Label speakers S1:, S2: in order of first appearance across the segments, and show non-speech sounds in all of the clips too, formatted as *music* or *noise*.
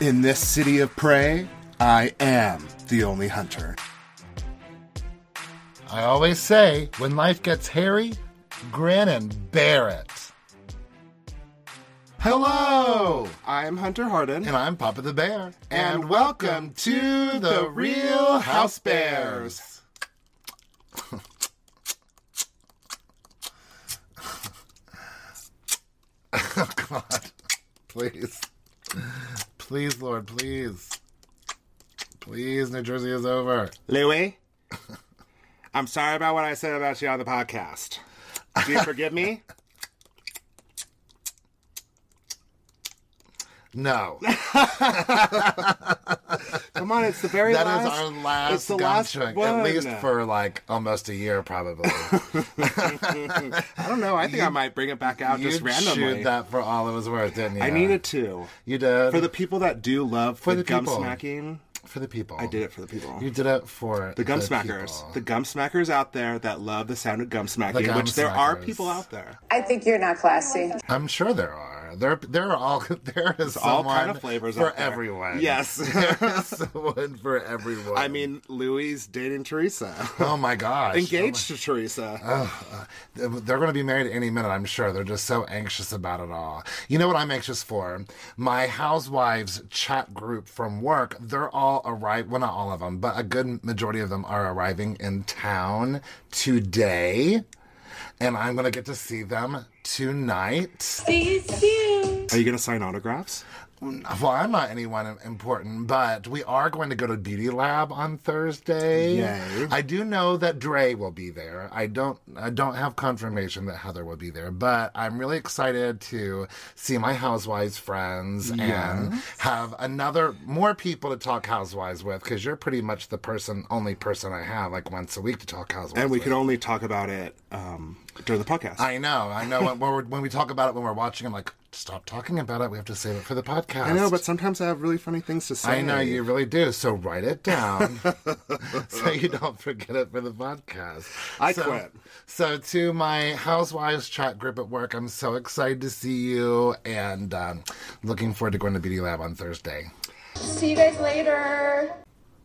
S1: In this city of prey, I am the only hunter.
S2: I always say, when life gets hairy, grin and bear it.
S1: Hello! I'm Hunter Harden.
S2: And I'm Papa the Bear.
S1: And welcome to the Real House Bears.
S2: *laughs* Oh, God. Please. Please, Lord, please. Please, New Jersey is over.
S1: Louie, *laughs* I'm sorry about what I said about you on the podcast. Do you forgive *laughs* me? *laughs*
S2: No.
S1: Come on, it's the very
S2: That
S1: last.
S2: is our last
S1: it's the
S2: gum
S1: last
S2: trick,
S1: one.
S2: at least for like almost a year, probably.
S1: I don't know. I think I might bring it back out *laughs* just
S2: you chewed
S1: randomly.
S2: that for all it was worth, didn't you?
S1: I needed to.
S2: You did
S1: For the people that do love
S2: For
S1: the,
S2: the
S1: gum
S2: people.
S1: smacking,
S2: for the people.
S1: I did it for the people.
S2: You did it for
S1: the gum smackers.
S2: people.
S1: The gum smackers out there that love the sound of gum smacking,
S2: gum
S1: which there are
S2: smackers.
S1: people out there.
S3: I think you're not classy.
S2: I'm sure there are. There, there are all *laughs* there is
S1: all
S2: someone
S1: kind of flavors
S2: for
S1: out there.
S2: everyone.
S1: Yes.
S2: *laughs* there is someone for everyone.
S1: I mean, Louis dating Teresa.
S2: *laughs*
S1: *laughs*
S2: oh my gosh, Oh
S1: Engaged to Teresa.
S2: they're going to be married any minute, I'm sure. They're just so anxious about it all. You know what I'm anxious for? My housewives chat group from work, they're all arrived, well, not all of them, but a good majority of them are arriving in town today. And I'm going to get to see them tonight.
S1: Are you going to sign autographs?
S2: Well, I'm not anyone important, but we are going to go to Beauty Lab on Thursday.
S1: Yay.
S2: I do know that Dre will be there. I don't I don't have confirmation that Heather will be there, but I'm really excited to see my housewives friends and have another more people to talk housewives with because you're pretty much the person only person I have like once a week to talk housewives.
S1: And we
S2: with.
S1: could only talk about it um, during the podcast.
S2: I know, I know. when, we're, when we talk about it when we're watching, I'm like, stop talking about it. We have to save it for the podcast.
S1: I know, but sometimes I have really funny things to say.
S2: I know you really do. So write
S1: *laughs*
S2: it down *laughs* so you don't forget it for the podcast.
S1: I
S2: so,
S1: quit.
S2: So to my housewives chat group at work, I'm so excited to see you and um, looking forward to going to Beauty Lab on Thursday.
S4: See you guys later.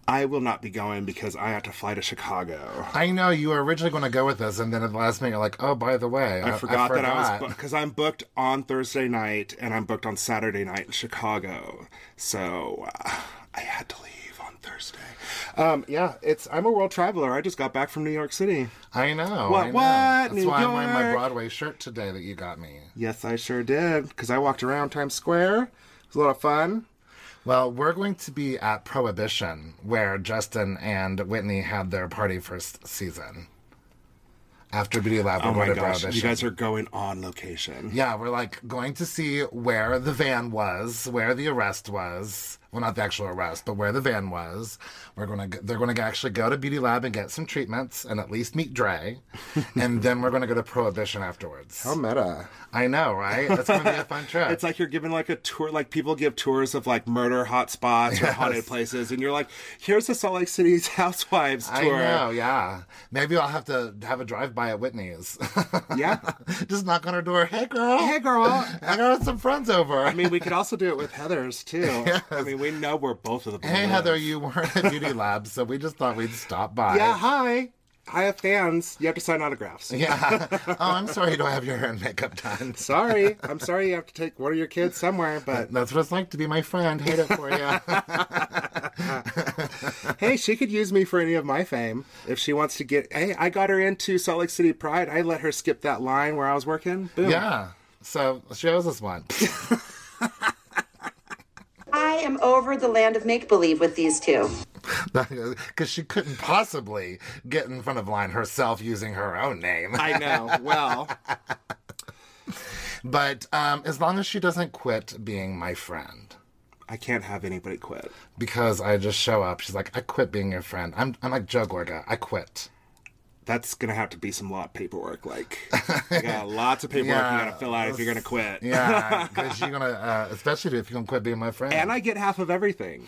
S1: I will not be going because I have to fly to Chicago.
S2: I know you were originally going to go with us, and then at the last minute you're like, "Oh, by the way,
S1: I, forgot that I was
S2: forgot."
S1: booked because I'm booked on Thursday night and I'm booked on Saturday night in Chicago. So uh, I had to leave on Thursday. *laughs* Um, yeah, it's I'm a world traveler. I just got back from New York City.
S2: I know.
S1: What,
S2: I know.
S1: what?
S2: That's
S1: New
S2: why I'm wearing my
S1: York?
S2: Broadway shirt today that you got me.
S1: Yes, I sure did because I walked around Times Square. It was a lot of fun.
S2: Well, we're going to be at Prohibition, where Justin and Whitney had their party first season. After Beauty Lab,
S1: Oh
S2: we're
S1: my
S2: going to
S1: gosh,
S2: Prohibition.
S1: you guys are going on location.
S2: yeah, we're like going to see where the van was, where the arrest was. Well, not the actual arrest, but where the van was. We're gonna g- they're gonna actually go to Beauty Lab and get some treatments and at least
S1: *laughs*
S2: meet Dre, and then we're gonna go to Prohibition afterwards.
S1: How meta.
S2: I know, right? That's gonna be
S1: *laughs*
S2: a fun trip.
S1: It's like you're giving like a tour, like people give tours of like murder hotspots or haunted places, and you're like, here's the Salt Lake City's *laughs* Housewives
S2: I
S1: tour.
S2: know, yeah. Maybe I'll have to have a drive by at Whitney's. *laughs*
S1: Yeah.
S2: Just knock on her door. Hey, girl.
S1: Hey, girl.
S2: I got some friends over.
S1: I mean, we could also do it with Heather's too. I mean, we know we're both of the.
S2: *laughs* hey, Heather, you weren't at
S1: *laughs*
S2: Beauty Lab, so we just thought we'd stop by.
S1: Yeah, hi. I have fans. You have to sign autographs.
S2: *laughs* Yeah. oh, I'm sorry you don't have your hair and makeup done.
S1: Sorry, I'm sorry you have to take one of your kids somewhere, but
S2: That's what it's like to be my friend. Hate it for you.
S1: hey, she could use me for any of my fame if she wants to get. Hey, I got her into Salt Lake City Pride. I let her skip that line where I was working. Boom.
S2: *laughs* yeah. So she owes us one. *laughs*
S3: I am over the land of make believe with these two.
S2: Because she couldn't possibly get in front of line herself using her own name.
S1: I know. Well,
S2: But um, as long as she doesn't quit being my friend.
S1: I can't have anybody quit.
S2: because I just show up. She's like, I quit being your friend. I'm, I'm like Joe Gorga. I quit.
S1: That's gonna have to be some lot paperwork. Like, you
S2: *laughs*
S1: got lots of paperwork
S2: Yeah,
S1: you gotta fill out if you're gonna quit.
S2: Yeah, because you're gonna, uh, especially if you're gonna quit being my friend.
S1: And I get half of everything.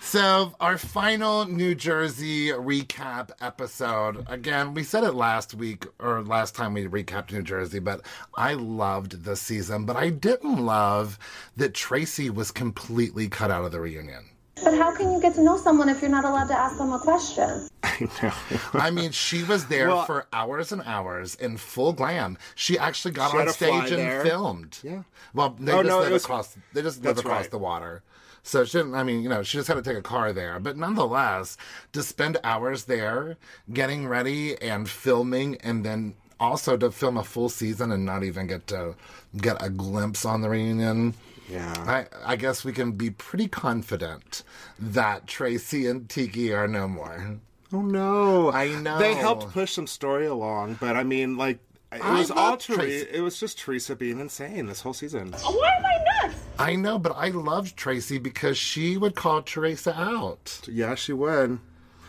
S2: So, our final New Jersey recap episode. Again, we said it last week or last time we recapped New Jersey, but I loved this season, but I didn't love that Tracy was completely cut out of the reunion.
S4: But how can you get to know someone if you're not allowed to ask them a question?
S1: I know.
S2: I mean, she was there
S1: Well-
S2: for hours and hours in full glam. She actually got
S1: She had
S2: on
S1: a fly
S2: stage and
S1: there.
S2: filmed.
S1: Yeah.
S2: Well, they
S1: Oh,
S2: just
S1: no,
S2: live
S1: it was-
S2: across. They just live
S1: That's
S2: across
S1: right.
S2: the water. So she didn't. I mean, you know, she just had to take a car there. But nonetheless, to spend hours there getting ready and filming, and then also to film a full season and not even get to get a glimpse on the reunion.
S1: Yeah.
S2: I, I guess we can be pretty confident that Tracy and Tiki are no more.
S1: Oh no!
S2: I know.
S1: they helped push some story along, but I mean, like it
S2: I
S1: was
S2: love
S1: all Teresa.
S2: Tracy.
S1: It was just Teresa being insane this whole season.
S4: Why am I nuts?
S2: I know, but I loved Tracy because she would call Teresa out.
S1: Yeah, she would.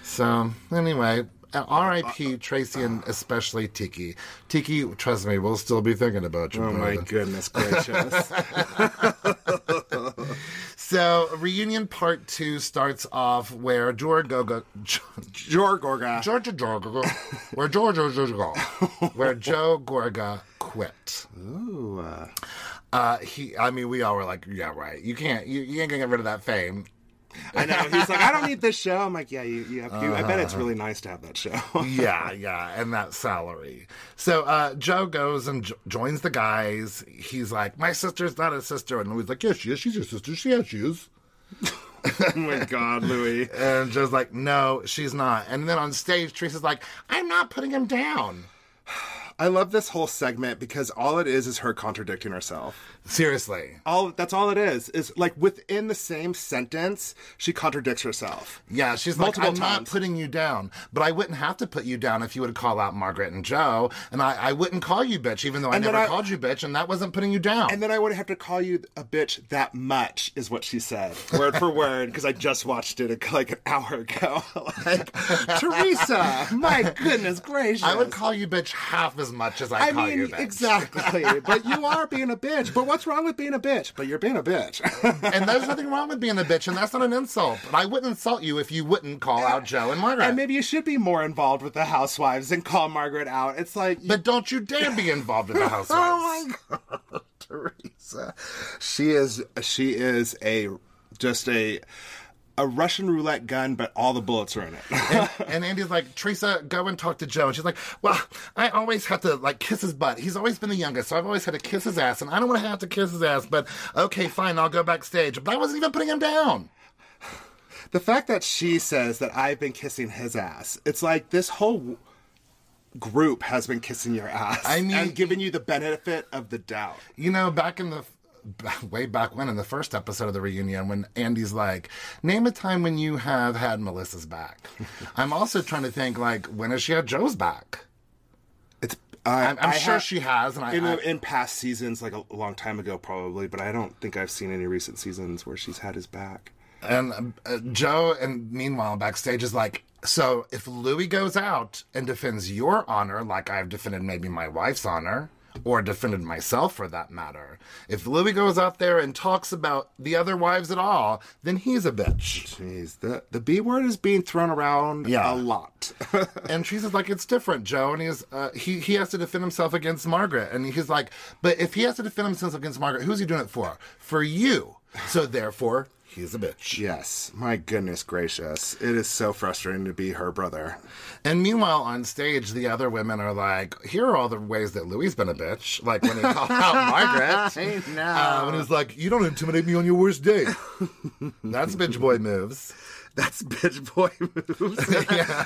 S2: So, anyway,
S1: Uh,
S2: RIP Tracy and especially Tiki. Tiki, trust me, we'll still be thinking about you.
S1: Oh my
S2: brother.
S1: goodness *laughs* gracious!
S2: So, reunion part two starts off where George Gogo.
S1: Jor Gorga.
S2: Georgia Gorga, where Georgia Gorga, where Joe Gorga quit.
S1: Ooh, uh,
S2: Uh, he, I mean, we all were like, yeah, right. You can't, you, you ain't gonna get rid of that fame.
S1: I know. He's like, I don't need this show. I'm like, yeah, you. you, have, you I bet it's really nice to have that *laughs* show.
S2: yeah, yeah, and that salary. So uh, Joe goes and jo- joins the guys. He's like, "My sister's not a sister," and Louis like, "Yeah, she is. She's your sister. She has shoes."
S1: oh my God, Louis.
S2: And Joe's like, "No, she's not." And then on stage, Teresa's like, "I'm not putting him down."
S1: I love this whole segment because all it is is her contradicting herself.
S2: Seriously,
S1: All that's all it is is like within the same sentence, she contradicts herself.
S2: yeah, she's
S1: Multiple
S2: like, "I'm not
S1: times.
S2: putting you down," but I wouldn't have to put you down if you would call out Margaret and Joe, and I, I wouldn't call you bitch, even though I
S1: And then
S2: never
S1: I-
S2: called you bitch, and that wasn't putting you down.
S1: And then I would have to call you a bitch that much, is what she said, word for word, because I just watched it like an hour ago. *laughs* like, Teresa, my goodness gracious.
S2: I would call you bitch half as much as I,
S1: I
S2: call
S1: mean,
S2: you bitch.
S1: exactly.
S2: *laughs*
S1: But you are being a bitch. But what's wrong with being a bitch? But you're being a bitch. *laughs*
S2: and there's nothing wrong with being a bitch, and that's not an insult. But I wouldn't insult you if you wouldn't call out Joe and Margaret.
S1: and maybe you should be more involved with the housewives and call Margaret out. It's like,
S2: but don't you dare be
S1: *laughs*
S2: involved in the housewives.
S1: my Oh
S2: *laughs*
S1: god, Teresa. She is she is a just a a Russian roulette gun, but all the bullets are in it. *laughs*
S2: and, and Andy's like, Teresa, go and talk to Joe. And she's like, Well, I always have to like kiss his butt. He's always been the youngest, so I've always had to kiss his ass, and I don't want to have to kiss his ass. But okay, fine, I'll go backstage. But I wasn't even putting him down.
S1: the fact that she says that I've been kissing his ass, it's like this whole group has been kissing your ass.
S2: I mean-
S1: and giving you the benefit of the doubt.
S2: You know, back in the way back when in the first episode of the reunion when Andy's like, name a time when you have had
S1: *laughs*
S2: Melissa's back. I'm also trying to think like, when has she had Joe's back?
S1: It's
S2: I'm, I'm
S1: I
S2: sure
S1: have-
S2: she has, and I,
S1: in,
S2: I-
S1: in past seasons, like a long time ago, probably, but I don't think I've seen any recent seasons where she's had his back.
S2: and uh, Joe, and meanwhile backstage is like, so if Louis goes out and defends your honor, like I've defended maybe my wife's honor. Or defended myself for that matter. If Louis goes out there and talks about the other wives at all, then he's a bitch.
S1: Jeez, the the B word is being thrown around a
S2: Yeah.
S1: lot.
S2: and Teresa's like, it's different, Joe. And he's uh, he he has to defend himself against Margaret, and he's like, but if he has to defend himself against Margaret, who's he doing it for? For you. So therefore, he's a
S1: *laughs*
S2: bitch.
S1: yes, my goodness gracious, it is so frustrating to be her brother.
S2: And meanwhile, on stage, the other women are like, here are all the ways that Louis has been a bitch. Like when
S1: *laughs*
S2: he called out Margaret,
S1: know.
S2: um, and he's like, you don't intimidate me on your worst day. That's bitch boy moves. *laughs*
S1: That's bitch boy *laughs* moves.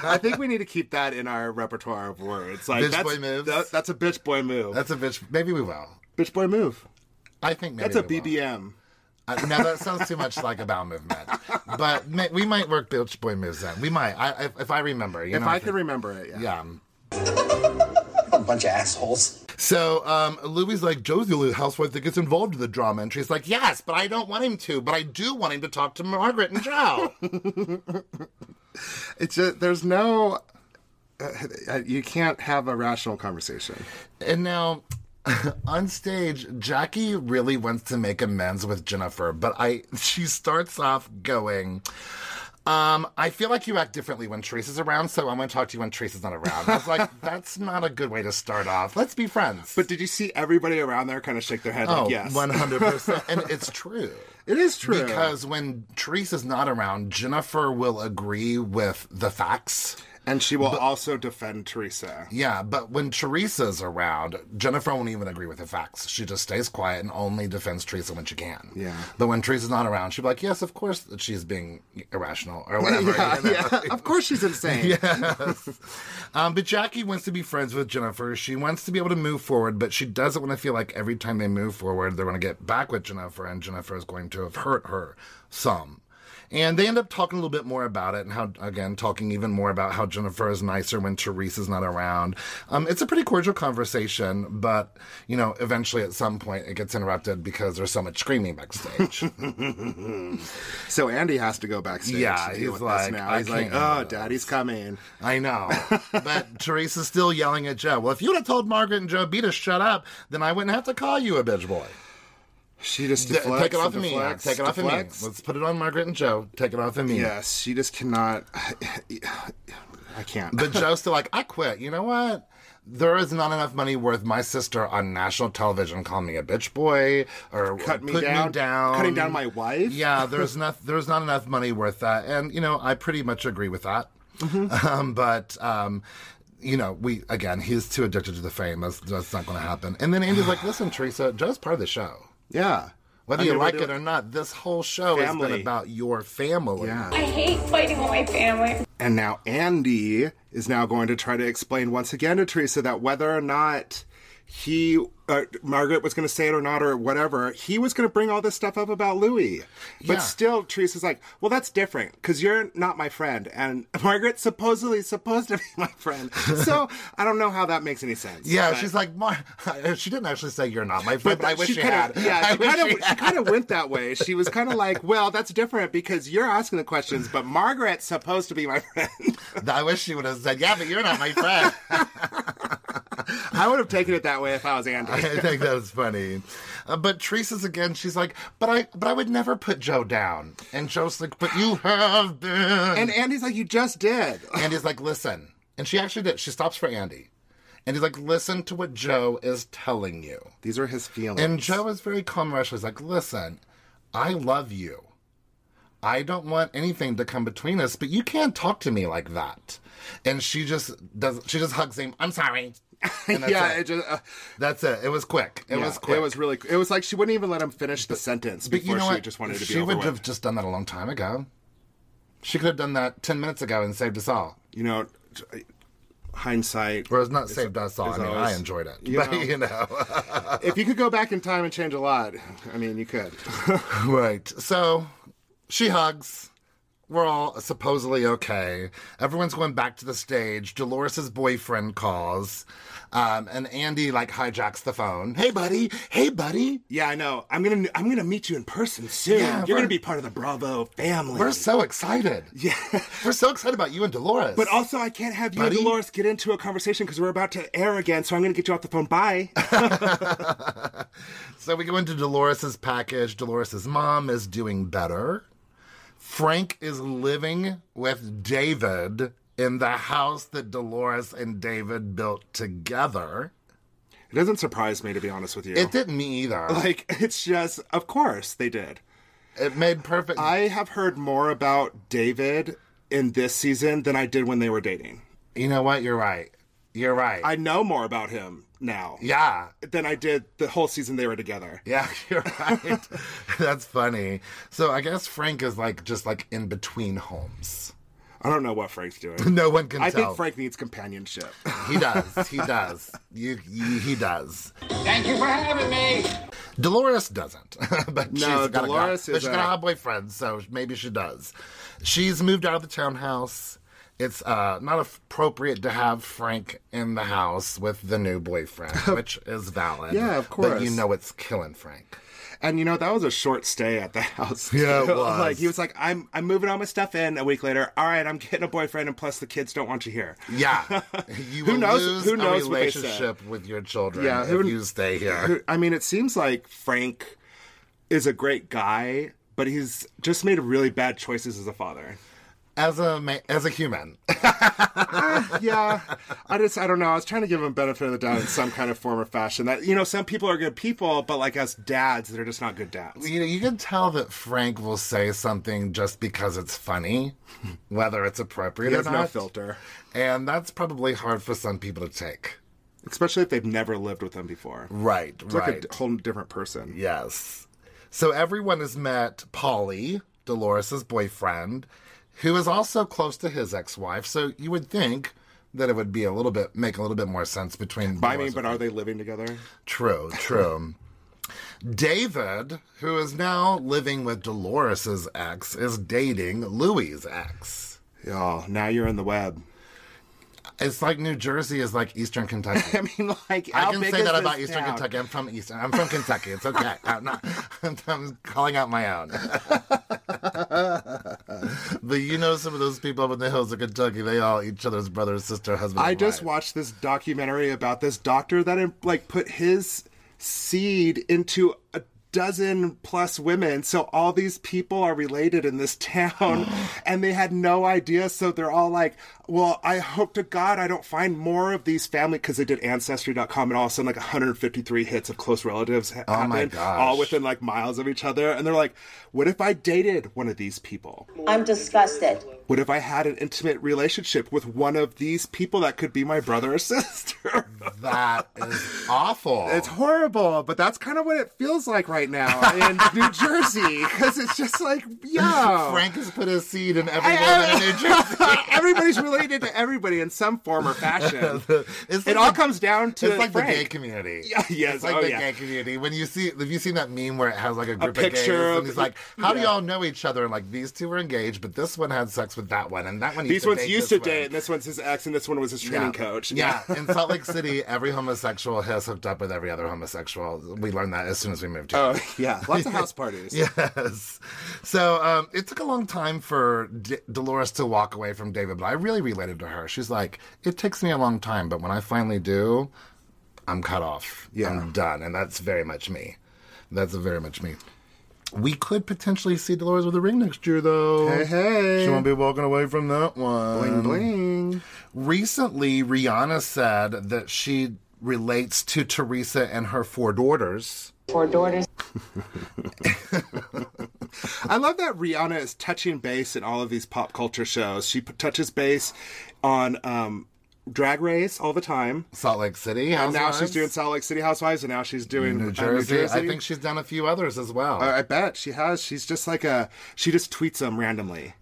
S1: *laughs* I think we need to keep that in our repertoire of words. Like
S2: Bitch
S1: that's,
S2: boy moves?
S1: that- that's a bitch boy move.
S2: That's a bitch. Maybe we will.
S1: bitch boy move.
S2: I think maybe
S1: That's a
S2: we will.
S1: BBM.
S2: Uh, now that sounds too much like a bowel movement, but ma- we might work Beach Boy moves in. We might, I, if, if I remember. You
S1: If
S2: know,
S1: I could remember it, yeah.
S2: yeah.
S5: A bunch of assholes.
S2: So um, Louis like Joe's the only housewife that gets involved in the drama, and she's like, "Yes, but I don't want him to, but I do want him to talk to Margaret and Joe."
S1: It's just, there's no. Uh, you can't have a rational conversation.
S2: and now. *laughs* On stage, Jackie really wants to make amends with Jennifer, but I she starts off going, Um, I feel like you act differently when Teresa's around, so I'm going to talk to you when Teresa's not around. I
S1: *laughs*
S2: was like, that's not a good way to start off. Let's be friends.
S1: But did you see everybody around there kind of shake their head
S2: oh,
S1: like yes?
S2: 100%.
S1: *laughs*
S2: and it's true.
S1: It is true.
S2: Because when Teresa's not around, Jennifer will agree with the facts.
S1: and she will also defend Teresa.
S2: Yeah, but when Teresa's around, Jennifer won't even agree with the facts. She just stays quiet and only defends Teresa when she can.
S1: Yeah.
S2: But when Teresa's not around, she'll be like, yes, of course that she's being irrational or whatever. you know? *laughs*
S1: of course she's insane.
S2: Um, but Jackie wants to be friends with Jennifer. She wants to be able to move forward, but she doesn't want to feel like every time they move forward, they're going to get back with Jennifer, and Jennifer is going to have hurt her some. And they end up talking a little bit more about it, and how, again, talking even more about how Jennifer is nicer when Teresa's not around. Um, it's a pretty cordial conversation, but, you know, eventually at some point it gets interrupted because there's so much screaming backstage. *laughs*
S1: So Andy has to go backstage.
S2: Yeah,
S1: to deal
S2: he's
S1: with
S2: like,
S1: this now.
S2: I
S1: he's like,
S2: can't handle
S1: oh, daddy's coming.
S2: I know. But Teresa's still yelling at Joe. Well, if you'd have told Margaret and Joe B to shut up, then I wouldn't have to call you a bitch boy.
S1: She just
S2: D-
S1: deflects.
S2: take it off
S1: and
S2: of me.
S1: deflects,
S2: Take it off of me.
S1: deflects.
S2: Let's put it on Margaret and Joe. Take it off of me.
S1: Yes, she just cannot. *sighs* I can't.
S2: But Joe's still like, I quit. You know what? There is not enough money worth my sister on national television calling me a bitch boy or
S1: Cut me
S2: put
S1: down.
S2: me down.
S1: Cutting down my wife?
S2: Yeah, there's not there's not enough money worth that. And you know, I pretty much agree with that.
S1: Mm-hmm.
S2: *laughs* Um, but um, you know, we again, he's too addicted to the fame. That's, that's not going to happen. And then Andy's like, "Listen, Teresa, Joe's part of the show.
S1: yeah.
S2: Whether
S1: I mean,
S2: you
S1: we're
S2: like it
S1: doing-
S2: or not, this whole show has
S1: Family.
S2: been about your family.
S1: Yeah.
S6: I hate fighting with my family.
S1: And now Andy is now going to try to explain once again to Teresa that whether or not he, uh, Margaret was going to say it or not or whatever, he was going to bring all this stuff up about Louis. But
S2: Yeah.
S1: still, Teresa's like, well, that's different because you're not my friend. And *laughs* Margaret's supposedly supposed to be my friend. So I don't know how that makes any sense.
S2: Yeah,
S1: but-
S2: she's like, Mar- *laughs* she didn't actually say you're not my friend, but, I wish she, had.
S1: kinda, Yeah,
S2: *laughs* I
S1: she
S2: wish
S1: kind of
S2: she
S1: she,
S2: had.
S1: kind of went that way. She was kind of like, "Well, that's different because you're asking the questions, but Margaret's supposed to be my friend." *laughs*
S2: I wish she would have said, yeah, but you're not my friend. *laughs*
S1: I would have taken it that way if I was
S2: *laughs*
S1: Andy.
S2: I think that was funny. Uh, but Teresa's again, she's like, but I, but I would never put Joe down. And Joe's like, but you have been.
S1: and
S2: And
S1: Andy's like, "You just did."
S2: Andy's like, listen. And she actually did. She stops for Andy. And he's like, listen to what Joe is telling you.
S1: These are his feelings.
S2: And Joe is very calm and rational. He's like, listen, I love you. I don't want anything to come between us, but you can't talk to me like that. And she just does. She just hugs him. I'm sorry. *laughs* And that's
S1: yeah,
S2: it.
S1: it just, uh,
S2: that's it. It was quick. It
S1: yeah,
S2: was quick.
S1: It was really. It was like she wouldn't even let him finish the sentence
S2: But
S1: before
S2: you know
S1: she
S2: what?
S1: just wanted to be
S2: she
S1: over
S2: would
S1: with.
S2: have just done that a long time ago. She could have done that ten minutes ago and saved us all.
S1: You know, hindsight.
S2: Whereas not saved us all. I
S1: it's
S2: mean,
S1: always-
S2: I enjoyed it.
S1: you
S2: *laughs* but
S1: know.
S2: you know.
S1: if you could go back in time and change a lot, I mean, you could. *laughs*
S2: Right. So she hugs. We're all supposedly okay. Everyone's going back to the stage. Dolores' boyfriend calls. Um, and Andy like hijacks the phone. Hey buddy, hey buddy.
S1: Yeah, I know. I'm gonna I'm gonna meet you in person soon.
S2: Yeah,
S1: You're
S2: we're-
S1: gonna be part of the Bravo family.
S2: We're so excited.
S1: yeah. *laughs*
S2: We're so excited about you and Dolores.
S1: But also, I can't have you
S2: Buddy?
S1: and Dolores get into a conversation because we're about to air again. So I'm going to get you off the phone.
S2: *laughs*
S1: Bye.
S2: So we go into Dolores' package. Dolores' mom is doing better. Frank is living with David in the house that Dolores and David built together.
S1: it doesn't surprise me to be honest with you.
S2: It didn't me either.
S1: like *laughs* it's just, of course they did.
S2: It made perfect.
S1: I have heard more about David in this season than I did when they were dating.
S2: you know what? You're right. You're right.
S1: I know more about him now
S2: yeah.
S1: than I did the whole season they were together.
S2: Yeah, *laughs* you're right. That's funny. So I guess Frank is like just like in between homes.
S1: I don't know what Frank's doing.
S2: *laughs* No one can
S1: I
S2: tell.
S1: think Frank needs companionship. *laughs*
S2: He does. He does. you, you, he does.
S5: Thank you for having me.
S2: Dolores doesn't, *laughs* but she's
S1: No,
S2: got a guy.
S1: Dolores
S2: but
S1: is
S2: she's got a
S1: a-
S2: hot boyfriend, so maybe she does. She's moved out of the townhouse. It's uh, not appropriate to have Frank in the house with the
S1: *laughs*
S2: new boyfriend, which is valid.
S1: Yeah, of
S2: But you
S1: course.
S2: know it's killing Frank.
S1: And you know that was a short stay at the *laughs* house.
S2: Yeah, it was.
S1: like he was like, "I'm I'm moving all my stuff in." A week later, all right, I'm getting a boyfriend, and plus the kids don't want you here. *laughs*
S2: Yeah, you
S1: Who
S2: will
S1: knows-
S2: lose
S1: who knows
S2: a
S1: what they said.
S2: relationship with your children
S1: Yeah, who-
S2: if you stay here.
S1: I mean, it seems like Frank is a great guy, but he's just made really bad choices as a father.
S2: as a ma- as a human.
S1: yeah, *laughs* I just I don't know. I was trying to give him benefit of the doubt in some kind of form or fashion. That you know, some people are good people, but like as dads, they're just not good dads.
S2: you know, you can tell that Frank will say something just because it's funny, *laughs* whether it's appropriate
S1: He has
S2: or
S1: no
S2: not.
S1: filter,
S2: And that's probably hard for some people to take.
S1: especially if they've never lived with them before.
S2: Right,
S1: It's like a d- whole different person.
S2: Yes. So everyone has met Polly, Dolores' boyfriend, who is also close to his ex-wife. So you would think that it would be a little bit make a little bit more sense between.
S1: But I mean,
S2: Dolores-
S1: but are they living together?
S2: true, true. *laughs* David, who is now living with Dolores' ex, is dating Louis' ex.
S1: Y'all, now you're in the web.
S2: It's like New Jersey is like Eastern
S1: *laughs*
S2: Kentucky.
S1: I mean, *laughs* like
S2: I
S1: how
S2: can
S1: big
S2: say
S1: is
S2: that
S1: this
S2: about Eastern
S1: town?
S2: Kentucky. I'm from Eastern. I'm from Kentucky.
S1: *laughs*
S2: It's okay. I'm not. *laughs* I'm calling out my own. *laughs* but you know, some of those people up in the hills of Kentucky, they all each other's brother, sister, husband.
S1: I
S2: and
S1: just
S2: wife.
S1: watched this documentary about this doctor that like put his seed into a dozen plus women. So all these people are related in this town
S2: *sighs*
S1: and they had no idea. So they're all like, well, I hope to God I don't find more of these family because they did ancestry.com and all of a sudden like 153 hits of close relatives ha-
S2: Oh my
S1: happened,
S2: gosh.
S1: all within like miles of each other. And they're like, what if I dated one of these people?
S3: I'm disgusted.
S1: What if I had an intimate relationship with one of these people that could be my brother or *laughs* sister?
S2: That
S1: *laughs*
S2: is awful.
S1: it's horrible, but that's kind of what it feels like right now
S2: *laughs*
S1: in New Jersey because it's just like, yeah.
S2: Frank has put his seed in every woman in New Jersey.
S1: *laughs* Everybody's related to everybody in some form or
S2: *laughs*
S1: fashion. it
S2: It's like
S1: all
S2: the-
S1: comes down to
S2: It's like
S1: Frank.
S2: the gay community.
S1: *laughs* Yeah, yes,
S2: it's like
S1: oh,
S2: the
S1: yeah.
S2: gay community. When you see, have you seen that meme where it has like a group of
S1: picture
S2: gays,
S1: of-
S2: and he's like, "How do
S1: yeah.
S2: y'all know each other?" And like these two were engaged, but this one had sex with that one, and that one.
S1: These
S2: used
S1: ones
S2: to date
S1: used to
S2: this
S1: date,
S2: one.
S1: and this one's his ex, and this one was his training coach. *laughs*
S2: Yeah. in Salt Lake City, every homosexual has hooked up with every other homosexual. We learned that as soon as we moved here.
S1: Oh, yeah. Lots of house parties.
S2: Yes. So um, it took a long time for D- Dolores to walk away from David, but I really related to her. She's like, it takes me a long time, but when I finally do, I'm cut off.
S1: Yeah.
S2: I'm done. And that's very much me. That's very much me. We could potentially see Dolores with a ring next year, though.
S1: Hey, hey.
S2: She won't be walking away from that
S1: Bling,
S2: one.
S1: bling.
S2: Recently, Rihanna said that she relates to Teresa and her four daughters.
S1: I love that Rihanna is touching base in all of these pop culture shows. She p- touches base on um, Drag Race all the time.
S2: Salt Lake City.
S1: And now she's
S2: Housewives.
S1: doing Salt Lake City Housewives, and now she's doing uh,
S2: New Jersey. I think she's done a few others as well.
S1: I I bet she has. She's just like a. She just tweets them randomly.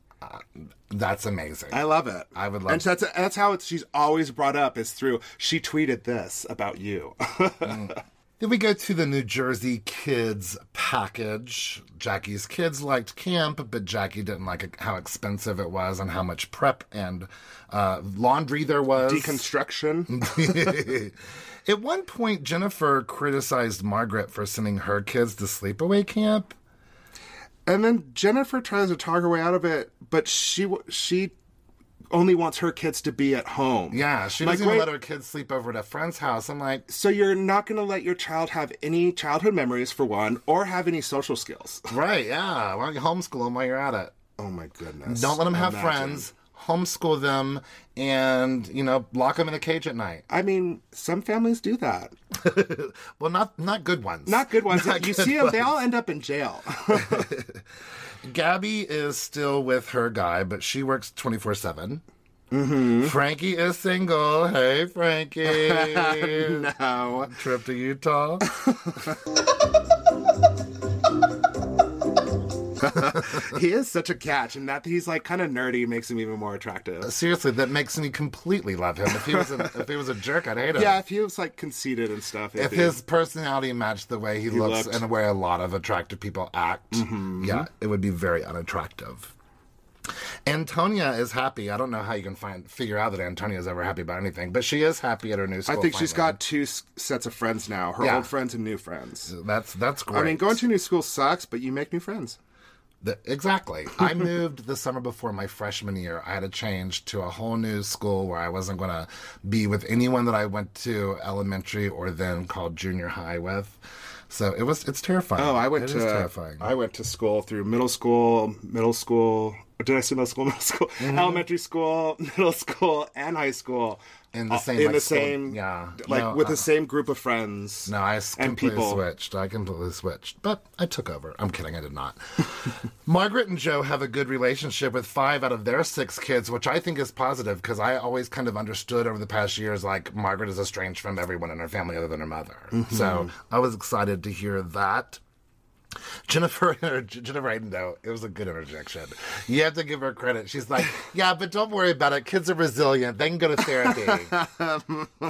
S2: That's amazing.
S1: I love it.
S2: I would love-
S1: And that's that's how it's, she's always brought up is through. She tweeted this about you. *laughs*
S2: Mm. Then we go to the New Jersey kids package. Jackie's kids liked camp, but Jackie didn't like how expensive it was and how much prep and uh, laundry there was.
S1: *laughs* Deconstruction.
S2: *laughs* At one point, Jennifer criticized Margaret for sending her kids to sleepaway camp.
S1: And then Jennifer tries to talk her way out of it, but she w- she only wants her kids to be at home.
S2: Yeah, she
S1: Like,
S2: doesn't even
S1: wait-
S2: let her kids sleep over at a friend's house. I'm like,
S1: So you're not going to let your child have any childhood memories for one, or have any social skills. *laughs*
S2: right, yeah, why don't you homeschool them while you're at it?
S1: Oh my goodness!
S2: Don't let them have
S1: Imagine.
S2: friends. Homeschool them, and you know, lock them in a cage at *laughs* night.
S1: I mean, some families do that.
S2: Well, not not good ones.
S1: Not good ones.
S2: Not
S1: you
S2: good
S1: see them; they all end up in jail. *laughs*
S2: Gabby is still with her guy, but she works twenty four seven. Mm-hmm. Frankie is single. Hey, *laughs* Frankie.
S1: no.
S2: Trip to *laughs* Utah.
S1: He is such a catch, and that he's like kind of nerdy makes him even more attractive.
S2: Seriously, that makes me completely love him. If he was a, if he was a jerk, I'd hate him.
S1: Yeah, if he was like conceited and stuff.
S2: If
S1: he-
S2: his personality matched the way he, looks
S1: looked. Mm-hmm.
S2: and the way a lot of attractive people act, yeah, it would be very unattractive. Antonia is happy. I don't know how you can find figure out that Antonia is ever happy about anything, but she is happy at her new
S1: I
S2: school.
S1: think she's
S2: finally.
S1: got two s- sets of friends now: her
S2: Yeah.
S1: old friends and new friends.
S2: That's that's great.
S1: I mean, going to a new school sucks, but you make new friends.
S2: The- exactly. I moved the summer before my freshman year. I had to change to a whole new school where I wasn't going to be with anyone that I went to elementary or then called junior high with. So it was it's terrifying.
S1: Oh, I went
S2: It
S1: to
S2: is terrifying.
S1: I went to school through middle school, middle school, did I say middle school? *laughs* Middle school,
S2: Mm-hmm.
S1: elementary school, *laughs* middle school, and high school
S2: In the
S1: uh,
S2: same,
S1: in
S2: like,
S1: the
S2: school-
S1: same,
S2: yeah.
S1: like
S2: No,
S1: with
S2: uh,
S1: the same group of friends.
S2: No, I
S1: and
S2: completely
S1: people.
S2: switched. I completely switched, but I took over. I'm kidding. I did not. *laughs* Margaret and Joe have a good relationship with five out of their six kids, which I think is positive because I always kind of understood over the past years like Margaret is estranged from everyone in her family other than her mother.
S1: Mm-hmm.
S2: So I was excited to hear that. Jennifer, *laughs* Jennifer Aiden, though, it was a good interjection. You have to give her credit.
S1: *laughs*
S2: She's like, yeah, but don't worry about it. Kids are resilient. They can
S1: *laughs*
S2: go to therapy.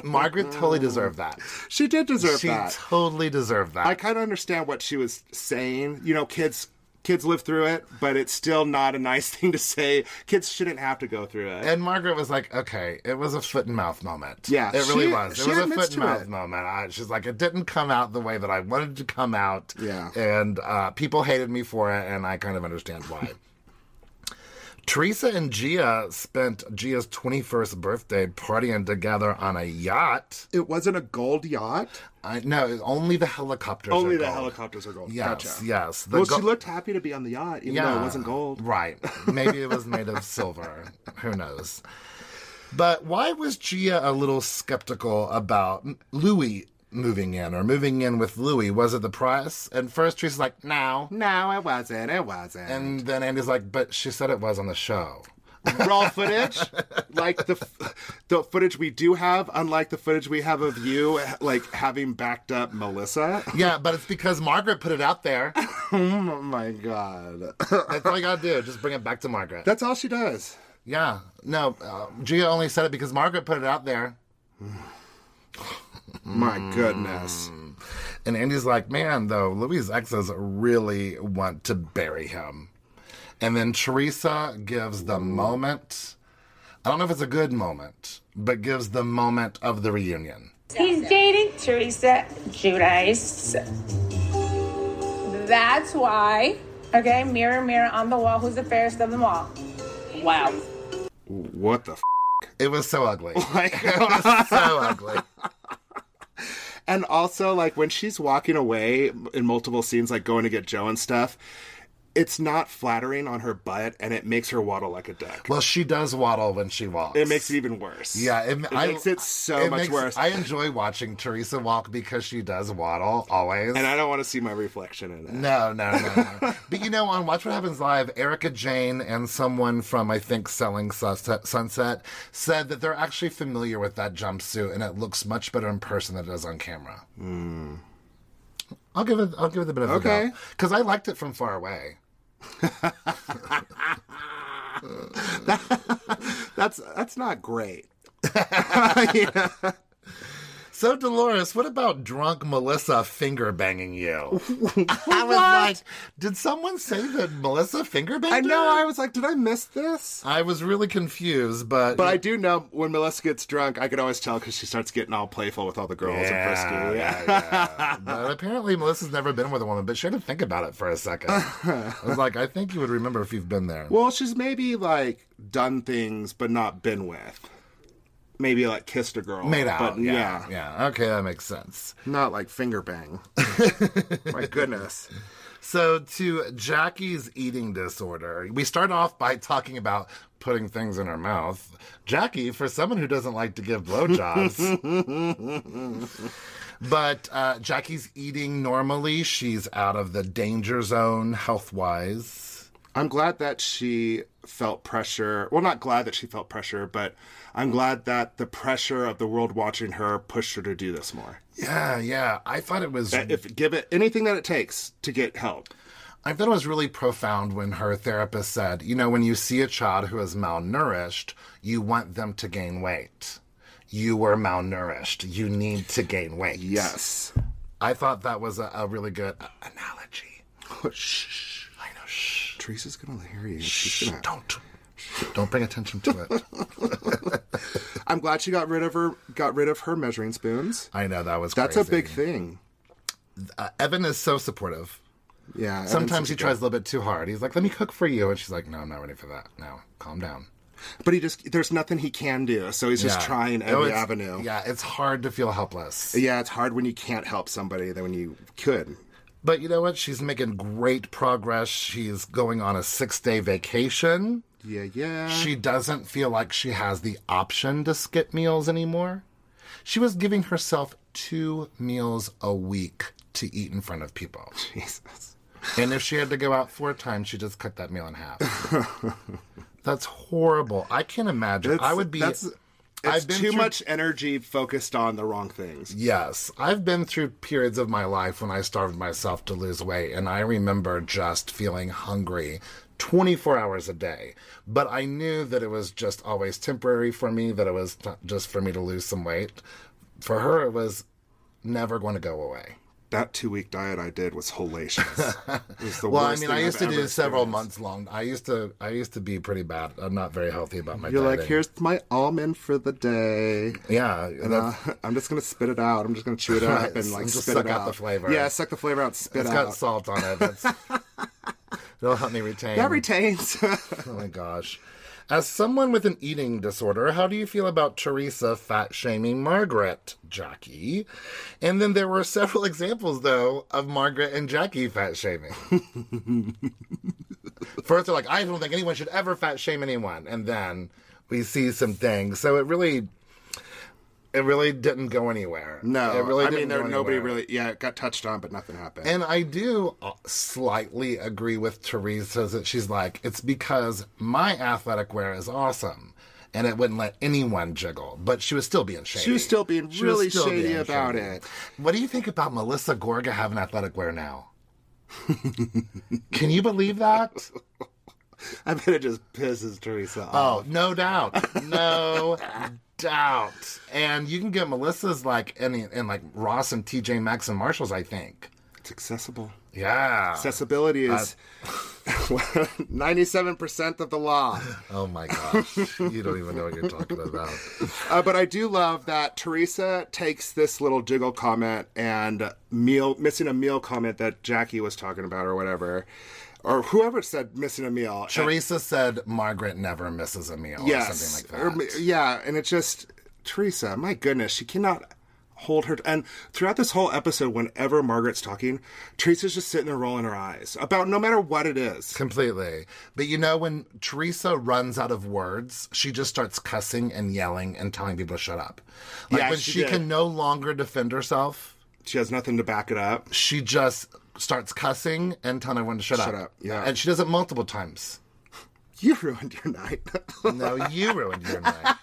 S2: Margaret totally deserved that.
S1: She did deserve
S2: She
S1: that.
S2: totally deserved that.
S1: I kind of understand what she was saying. You know, kids kids live through it, but it's still not a nice *laughs* thing to say. Kids shouldn't have to go through it.
S2: and Margaret was like, "Okay, it was a foot and mouth moment.
S1: Yeah,
S2: it really
S1: she-
S2: was. It
S1: she
S2: was a
S1: admits
S2: foot and
S1: to
S2: mouth
S1: it.
S2: moment." I, she's like, "It didn't come out the way that I wanted it to come out."
S1: Yeah.
S2: and uh, people hated me for it, and I kind of
S1: *laughs*
S2: understand why. Teresa and Gia spent Gia's 21st birthday partying together on a yacht.
S1: it wasn't a gold yacht.
S2: I, no, only the helicopters.
S1: Only
S2: are
S1: the
S2: gold.
S1: helicopters are gold.
S2: Yes,
S1: gotcha.
S2: yes. The
S1: well,
S2: go-
S1: she looked happy to be on the yacht, even though it wasn't gold. *laughs*
S2: Right. Maybe it was made of silver. Who knows? But why was Gia a little skeptical about M- Louis moving in or moving in with Louis? Was it the price? And first, she's like, no.
S1: No, it wasn't. It wasn't.
S2: And then Andy's like, but she said it was on the show.
S1: raw footage, like the f- the footage we do have, unlike the footage we have of you, like having backed up Melissa. *laughs*
S2: Yeah, but it's because Margaret put it out there.
S1: Oh my god,
S2: That's all you gotta do. Just bring it back to Margaret.
S1: that's all she does.
S2: yeah. No, uh, Gia only said it because Margaret put it out there.
S1: My
S2: Mm.
S1: goodness.
S2: And Andy's like, man, though, Louis' exes really want to bury him. And then Teresa gives the moment. I don't know if it's a good moment, but gives the moment of the reunion.
S6: He's dating Teresa Judice. That's why. Okay, mirror, mirror on the wall, who's the fairest of them all? Wow.
S1: What the. F-
S2: It was
S1: *laughs*
S2: so ugly.
S1: like,
S2: It was so ugly.
S1: and also, like when she's walking away in multiple scenes, like going to get Joe and stuff, it's not flattering on her butt, and it makes her waddle like a duck.
S2: Well, she does waddle when she walks.
S1: It makes it even worse.
S2: Yeah, it,
S1: it
S2: I-
S1: makes it so
S2: it
S1: much
S2: makes-
S1: worse.
S2: I enjoy watching Teresa walk because she does waddle always.
S1: and I don't want to see my reflection in it.
S2: No, no, no. no. but you know, on Watch What Happens Live, Erica Jane and someone from, I think, Selling Sus- Sunset said that they're actually familiar with that jumpsuit and it looks much better in person than it does on camera. I'll give it. I'll give it the benefit okay.
S1: Hmm. Okay.
S2: because I liked it from far away.
S1: That's that's not great.
S2: So Dolores, what about drunk Melissa finger banging you?
S1: *laughs*
S2: I was like, did someone say that Melissa finger banged?
S1: I know.
S2: her?
S1: I was like, did I miss this?
S2: I was really confused, but
S1: But I do know when Melissa gets drunk, I could always tell because she starts getting all playful with all the girls and
S2: Yeah,
S1: frisky. *laughs*
S2: yeah, yeah. but apparently, Melissa's never been with a woman, but she had to think about it for a second. I was like, I think you would remember if you've been there.
S1: Well, she's maybe like done things but not been with. Maybe like kissed a girl,
S2: Made out.
S1: but
S2: yeah. Yeah. Okay, that makes sense.
S1: not like finger
S2: *laughs*
S1: bang. My goodness.
S2: So, to Jackie's eating disorder, we start off by talking about putting things in her mouth. Jackie, for someone who doesn't like to
S1: *laughs*
S2: give blowjobs, but uh, Jackie's eating normally. She's out of the danger zone health wise.
S1: I'm glad that she felt pressure. Well, not glad that she felt pressure, but I'm glad that the pressure of the world watching her pushed her to do this more.
S2: Yeah, yeah. I thought it was
S1: If give it anything that it takes to get help.
S2: I thought it was really profound when her therapist said, you know, when you see a child who is malnourished, you want them to gain weight. You were malnourished. You need to gain weight.
S1: Yes.
S2: I thought that was a, a really good uh, analogy.
S1: Shh.
S2: I know. Shh.
S1: Teresa's gonna hear you.
S2: Shh.
S1: She's gonna.
S2: Don't. Don't bring attention to
S1: *laughs*
S2: it.
S1: I'm glad she got rid of her. Got rid of her measuring spoons.
S2: I know that was
S1: That's a
S2: crazy.
S1: big thing.
S2: Uh, Evan is so supportive.
S1: Yeah. and it's-
S2: Sometimes he tries a little bit too hard. He's like, "Let me cook for you," and she's like, "No, I'm not ready for that. No, calm down."
S1: but he just there's nothing he can do, so he's just
S2: Yeah.
S1: trying
S2: Oh,
S1: every
S2: it's-
S1: avenue.
S2: Yeah, it's hard to feel helpless.
S1: Yeah, it's hard when you can't help somebody than when you could.
S2: But you know what? She's making great progress. She's going on a six day vacation.
S1: Yeah, yeah.
S2: She doesn't feel like she has the option to skip meals anymore. She was giving herself two meals a week to eat in front of people.
S1: Jesus.
S2: And if she had to go out four times, she just cut that meal
S1: *laughs*
S2: in half. that's horrible. I can't imagine. I would be.
S1: That's, it's
S2: I've been
S1: too
S2: through-
S1: much energy focused on the wrong things.
S2: Yes, I've been through periods of my life when I starved myself to lose weight, and I remember just feeling hungry 24 hours a day. But I knew that it was just always temporary for me, that it was not just for me to lose some weight. For her, it was never going to go away.
S1: That two week diet I did was hellacious.
S2: *laughs*
S1: It was the
S2: Well, I
S1: worst
S2: mean, I
S1: thing
S2: used
S1: I've
S2: to do
S1: ever
S2: several
S1: experienced.
S2: months long. I used to, I used to be pretty bad. I'm not very healthy about my.
S1: You're like,
S2: dieting.
S1: here's my almond for the day.
S2: yeah,
S1: Uh, *laughs* I'm just gonna spit it out. I'm just gonna chew it
S2: Right,
S1: up and like
S2: and just
S1: spit
S2: suck
S1: it
S2: out
S1: out
S2: the flavor.
S1: Yeah, suck the flavor out. Spit
S2: it's
S1: out.
S2: got salt on
S1: *laughs*
S2: it. That's, it'll help me retain.
S1: that *laughs* retains.
S2: *laughs* Oh my gosh. As someone with an eating disorder, how do you feel about Teresa fat shaming Margaret, Jackie? And then there were several *laughs* examples, though, of Margaret and Jackie
S1: *laughs*
S2: fat shaming. First, they're like, I don't think anyone should ever fat shame anyone. And then we see some things. So it really. It really didn't go anywhere.
S1: no,
S2: it really
S1: I mean,
S2: didn't
S1: there
S2: go
S1: nobody
S2: anywhere.
S1: really. Yeah, it got touched on, but nothing happened.
S2: And I do uh, slightly agree with Teresa that she's like, it's because my athletic wear is awesome. And it wouldn't let anyone jiggle, but she was still being shady.
S1: she was still being
S2: She was
S1: really
S2: still
S1: shady
S2: being
S1: about
S2: shady.
S1: it.
S2: What do you think about Melissa Gorga having athletic wear now? Can you believe
S1: *laughs*
S2: that?
S1: I bet it just pisses Teresa off.
S2: Oh, no doubt. No doubt. And you can get Melissa's like, and, and like Ross and TJ Maxx and Marshalls, I think.
S1: It's accessible.
S2: Yeah.
S1: Accessibility is uh, *laughs* ninety-seven percent of the *laughs* law.
S2: Oh my gosh. you don't even know what you're talking about.
S1: Uh, but I do love that Teresa takes this little jiggle comment and meal missing a meal comment that Jackie was talking about or whatever, or whoever said missing a meal. and-
S2: *laughs* Teresa said Margaret never misses a meal or
S1: yes,
S2: something like
S1: Or
S2: that.
S1: m- yeah, and it's just Teresa. My goodness, she cannot hold her. and throughout this whole episode, whenever Margaret's talking, Teresa's just sitting there rolling her eyes about no matter what it is.
S2: Completely. But you know, when Teresa runs out of words, she just starts cussing and yelling and telling people to shut up. Like
S1: Yeah,
S2: when
S1: she
S2: she
S1: did.
S2: can no longer defend herself,
S1: She has nothing to back it up.
S2: she just starts cussing and telling everyone to shut,
S1: Shut
S2: up.
S1: up, yeah.
S2: And she does it multiple times.
S1: You *laughs* ruined your night.
S2: No, you ruined your night.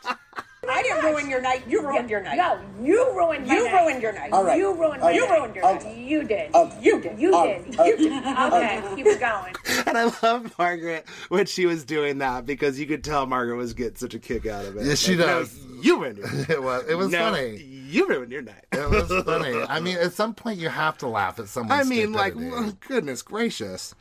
S7: I didn't ruin your night. You ruined your night.
S6: No, you ruined my
S7: You
S6: night.
S7: ruined your night.
S6: All
S7: right.
S6: You ruined my
S7: right.
S6: night.
S7: You ruined your
S6: Okay. You did. you did. You did. you did. Okay, keep it going.
S1: And I love Margaret when she was doing that because you could tell Margaret was getting such a kick out of it.
S2: Yes, she does.
S1: No, you ruined it.
S2: *laughs* It was *laughs* it was
S1: No,
S2: funny.
S1: You ruined your night.
S2: It was funny. I mean, at some point you have to laugh at someone's
S1: I mean, like,
S2: stupidity.
S1: well, goodness gracious.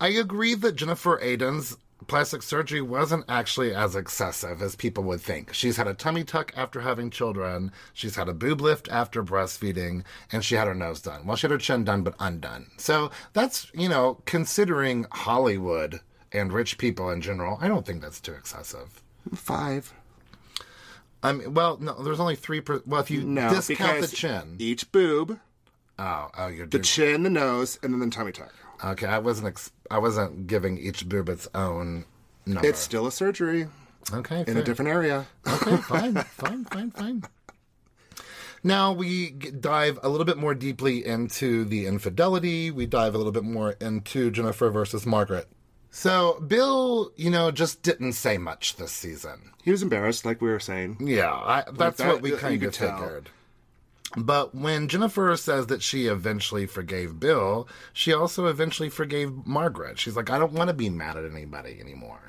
S2: I agree that Jennifer Aiden's plastic surgery wasn't actually as excessive as people would think. She's had a tummy tuck after having children, she's had a boob lift after breastfeeding, and she had her nose done. Well, she had her chin done, but undone. So that's, you know, considering Hollywood and rich people in general, I don't think that's too excessive.
S1: Five.
S2: I mean, well, no, there's only three. Per- well, if you
S1: No,
S2: discount the
S1: because
S2: chin,
S1: Each boob,
S2: oh, oh, you're
S1: the chin, the nose, and then the tummy tuck.
S2: okay. I wasn't, ex- I wasn't giving each boob its own number.
S1: It's still a surgery
S2: okay,
S1: in
S2: fair.
S1: a different area.
S2: Okay, fine, fine, fine, fine. Now we g- dive a little bit more deeply into the infidelity. We dive a little bit more into Jennifer versus Margaret. So Bill, you know, just didn't say much this season.
S1: He was embarrassed, like we were saying.
S2: Yeah, I, that's
S1: that-
S2: what we
S1: you
S2: kind
S1: could
S2: of
S1: tell.
S2: figured. But when Jennifer says that she eventually forgave Bill, she also eventually forgave Margaret. She's like, I don't want to be mad at anybody anymore.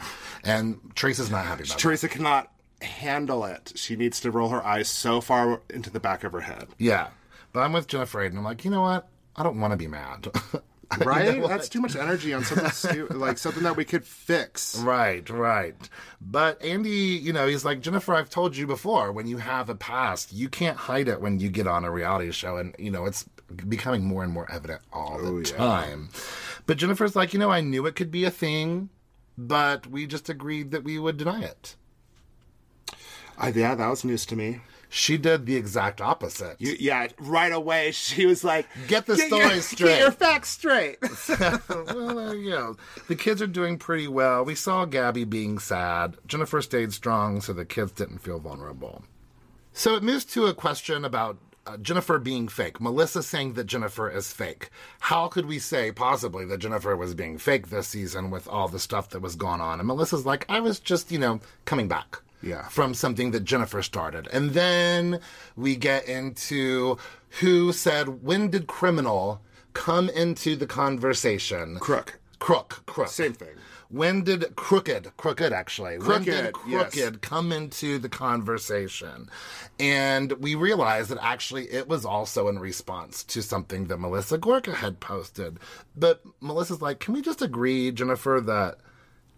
S2: And Teresa's not happy about that.
S1: Teresa cannot handle it. She needs to roll her eyes so far into the back of her head.
S2: Yeah. But I'm with Jennifer Aiden. I'm like, you know what? I don't want to be mad. *laughs*
S1: Right? That's too much energy on something stu- like something that we could fix.
S2: right, right. But Andy, you know, he's like, Jennifer, I've told you before, when you have a past, you can't hide it when you get on a reality show. And, you know, it's becoming more and more evident all
S1: Oh,
S2: the time. But Jennifer's like, you know, I knew it could be a thing, but we just agreed that we would deny it.
S1: I, yeah, that was news to me.
S2: She did the exact opposite.
S1: You- yeah, right away she was like,
S2: Get the story
S1: your- *laughs*
S2: straight."
S1: Get your facts straight.
S2: *laughs* well, there you go. The kids are doing pretty well. We saw Gabby being sad. Jennifer stayed strong, so the kids didn't feel vulnerable. So it moves to a question about uh, Jennifer being fake. Melissa saying that Jennifer is fake. How could we say possibly that Jennifer was being fake this season with all the stuff that was going on? And Melissa's like, I was just, you know, coming back.
S1: Yeah.
S2: From something that Jennifer started. And then we get into who said, when did criminal come into the conversation?
S1: Crook.
S2: Crook, crook.
S1: Same thing.
S2: When did crooked, crooked actually, when did
S1: Crooked, yes.
S2: crooked come into the conversation? And we realized that actually it was also in response to something that Melissa Gorka had posted. But Melissa's like, can we just agree, Jennifer, that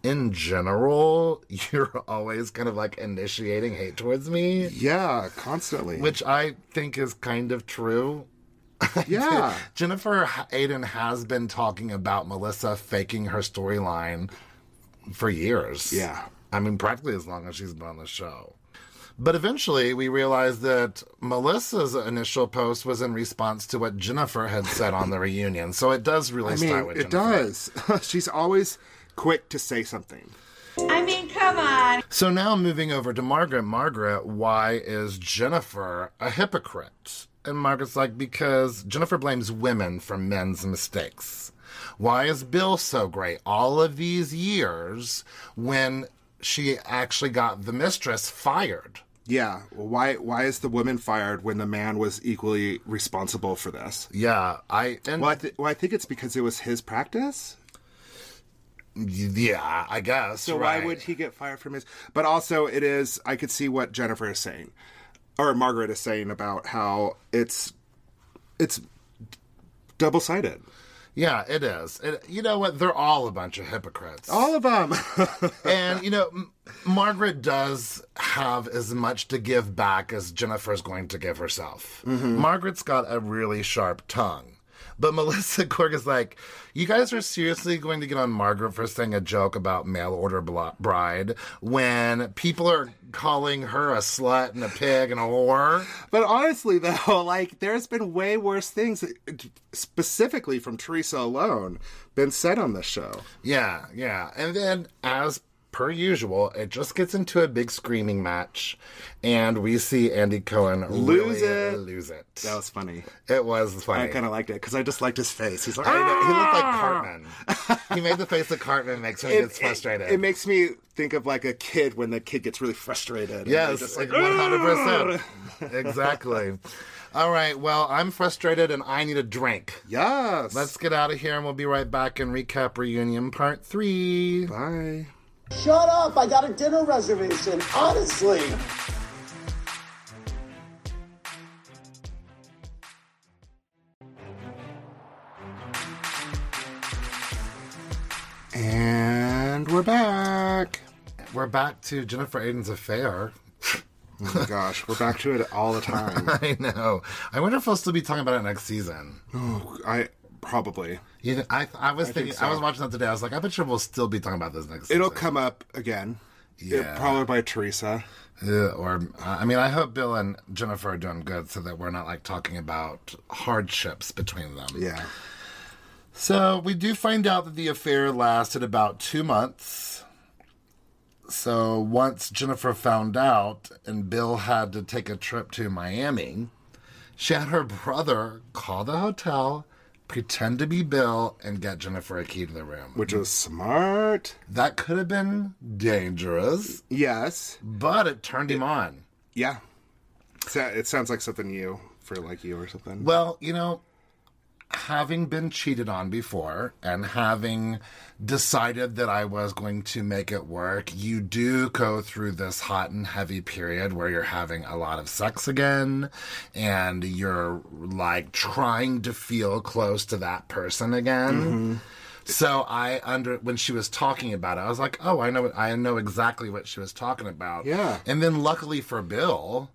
S2: in general, *laughs* you're always kind of like initiating hate towards me?
S1: Yeah, constantly.
S2: Which I think is kind of true. *laughs*
S1: yeah.
S2: Jennifer Aiden has been talking about Melissa faking her storyline for years.
S1: Yeah.
S2: I mean, practically as long as she's been on the show. But eventually, we realized that Melissa's initial post was in response to what Jennifer had said
S1: *laughs*
S2: on the reunion. So it does really
S1: I
S2: start
S1: mean,
S2: with
S1: it
S2: Jennifer.
S1: does. *laughs* She's always quick to say something.
S7: I mean, come on.
S2: So now moving over to Margaret. Margaret, why is Jennifer a hypocrite? And Margaret's like, because Jennifer blames women for men's mistakes. Why is Bill so great all of these years when she actually got the mistress fired?
S1: Yeah. Well, why why is the woman fired when the man was equally responsible for this?
S2: Yeah, I and
S1: Well, I, th- well, I think it's because it was his practice.
S2: yeah, I guess.
S1: So
S2: right.
S1: why would he get fired from his? But also, it is. I could see what Jennifer is saying, or Margaret is saying about how it's it's double sided.
S2: Yeah, it is. It, you know what? They're all a bunch of hypocrites.
S1: All of them.
S2: and you know M- margaret does have as much to give back as jennifer's going to give herself
S1: Mm-hmm.
S2: margaret's got a really sharp tongue but *laughs* melissa cork is like you guys are seriously going to get on margaret for saying a joke about mail order bl- bride when people are calling her a slut and a pig and a whore
S1: *laughs* but honestly, though, *laughs* like there's been way worse things, specifically from Teresa alone, been said on this show.
S2: Yeah, yeah. And then, as per usual, it just gets into a big screaming match, and we see Andy Cohen
S1: Lose
S2: really
S1: it.
S2: lose it.
S1: That was funny.
S2: it was funny.
S1: I kind of liked it because I just liked his face. He's like,
S2: I know, he looked like Cartman. he made the face that Cartman makes when he gets frustrated.
S1: It, makes me think of like a kid when the kid gets really frustrated. and they're
S2: yes,
S1: just
S2: like
S1: like,
S2: one hundred percent. Exactly. All right. Well, I'm frustrated and I need a drink.
S1: yes.
S2: Let's get out of here, and we'll be right back and recap reunion part three.
S1: Bye.
S8: Shut up! I got a dinner reservation. Honestly.
S1: And we're back.
S2: We're back to Jennifer Aiden's affair. *laughs*
S1: Oh my gosh, we're back to it all the *laughs* time.
S2: I know. I wonder if we'll still be talking about it next season.
S1: Oh, I probably
S2: You know, I, I was thinking,
S1: so.
S2: I was watching that today. I was like, I bet you we'll still be talking about this next.
S1: it'll
S2: season.
S1: come up again.
S2: Yeah.
S1: probably by Teresa.
S2: Yeah, or I mean, I hope Bill and Jennifer are doing good, so that we're not like talking about hardships between them.
S1: Yeah.
S2: So we do find out that the affair lasted about two months. So once Jennifer found out and Bill had to take a trip to Miami, she had her brother call the hotel, pretend to be Bill, and get Jennifer a key to the room.
S1: Which was smart.
S2: that could have been dangerous,
S1: Yes.
S2: but it turned him on.
S1: Yeah. So it sounds like something you for like you or something.
S2: Well, you know, having been cheated on before and having decided that I was going to make it work, you do go through this hot and heavy period where you're having a lot of sex again and you're like trying to feel close to that person again. So I under when she was talking about it, I was like, "Oh, I know, I know exactly what she was talking about."
S1: Yeah.
S2: And then, luckily for Bill,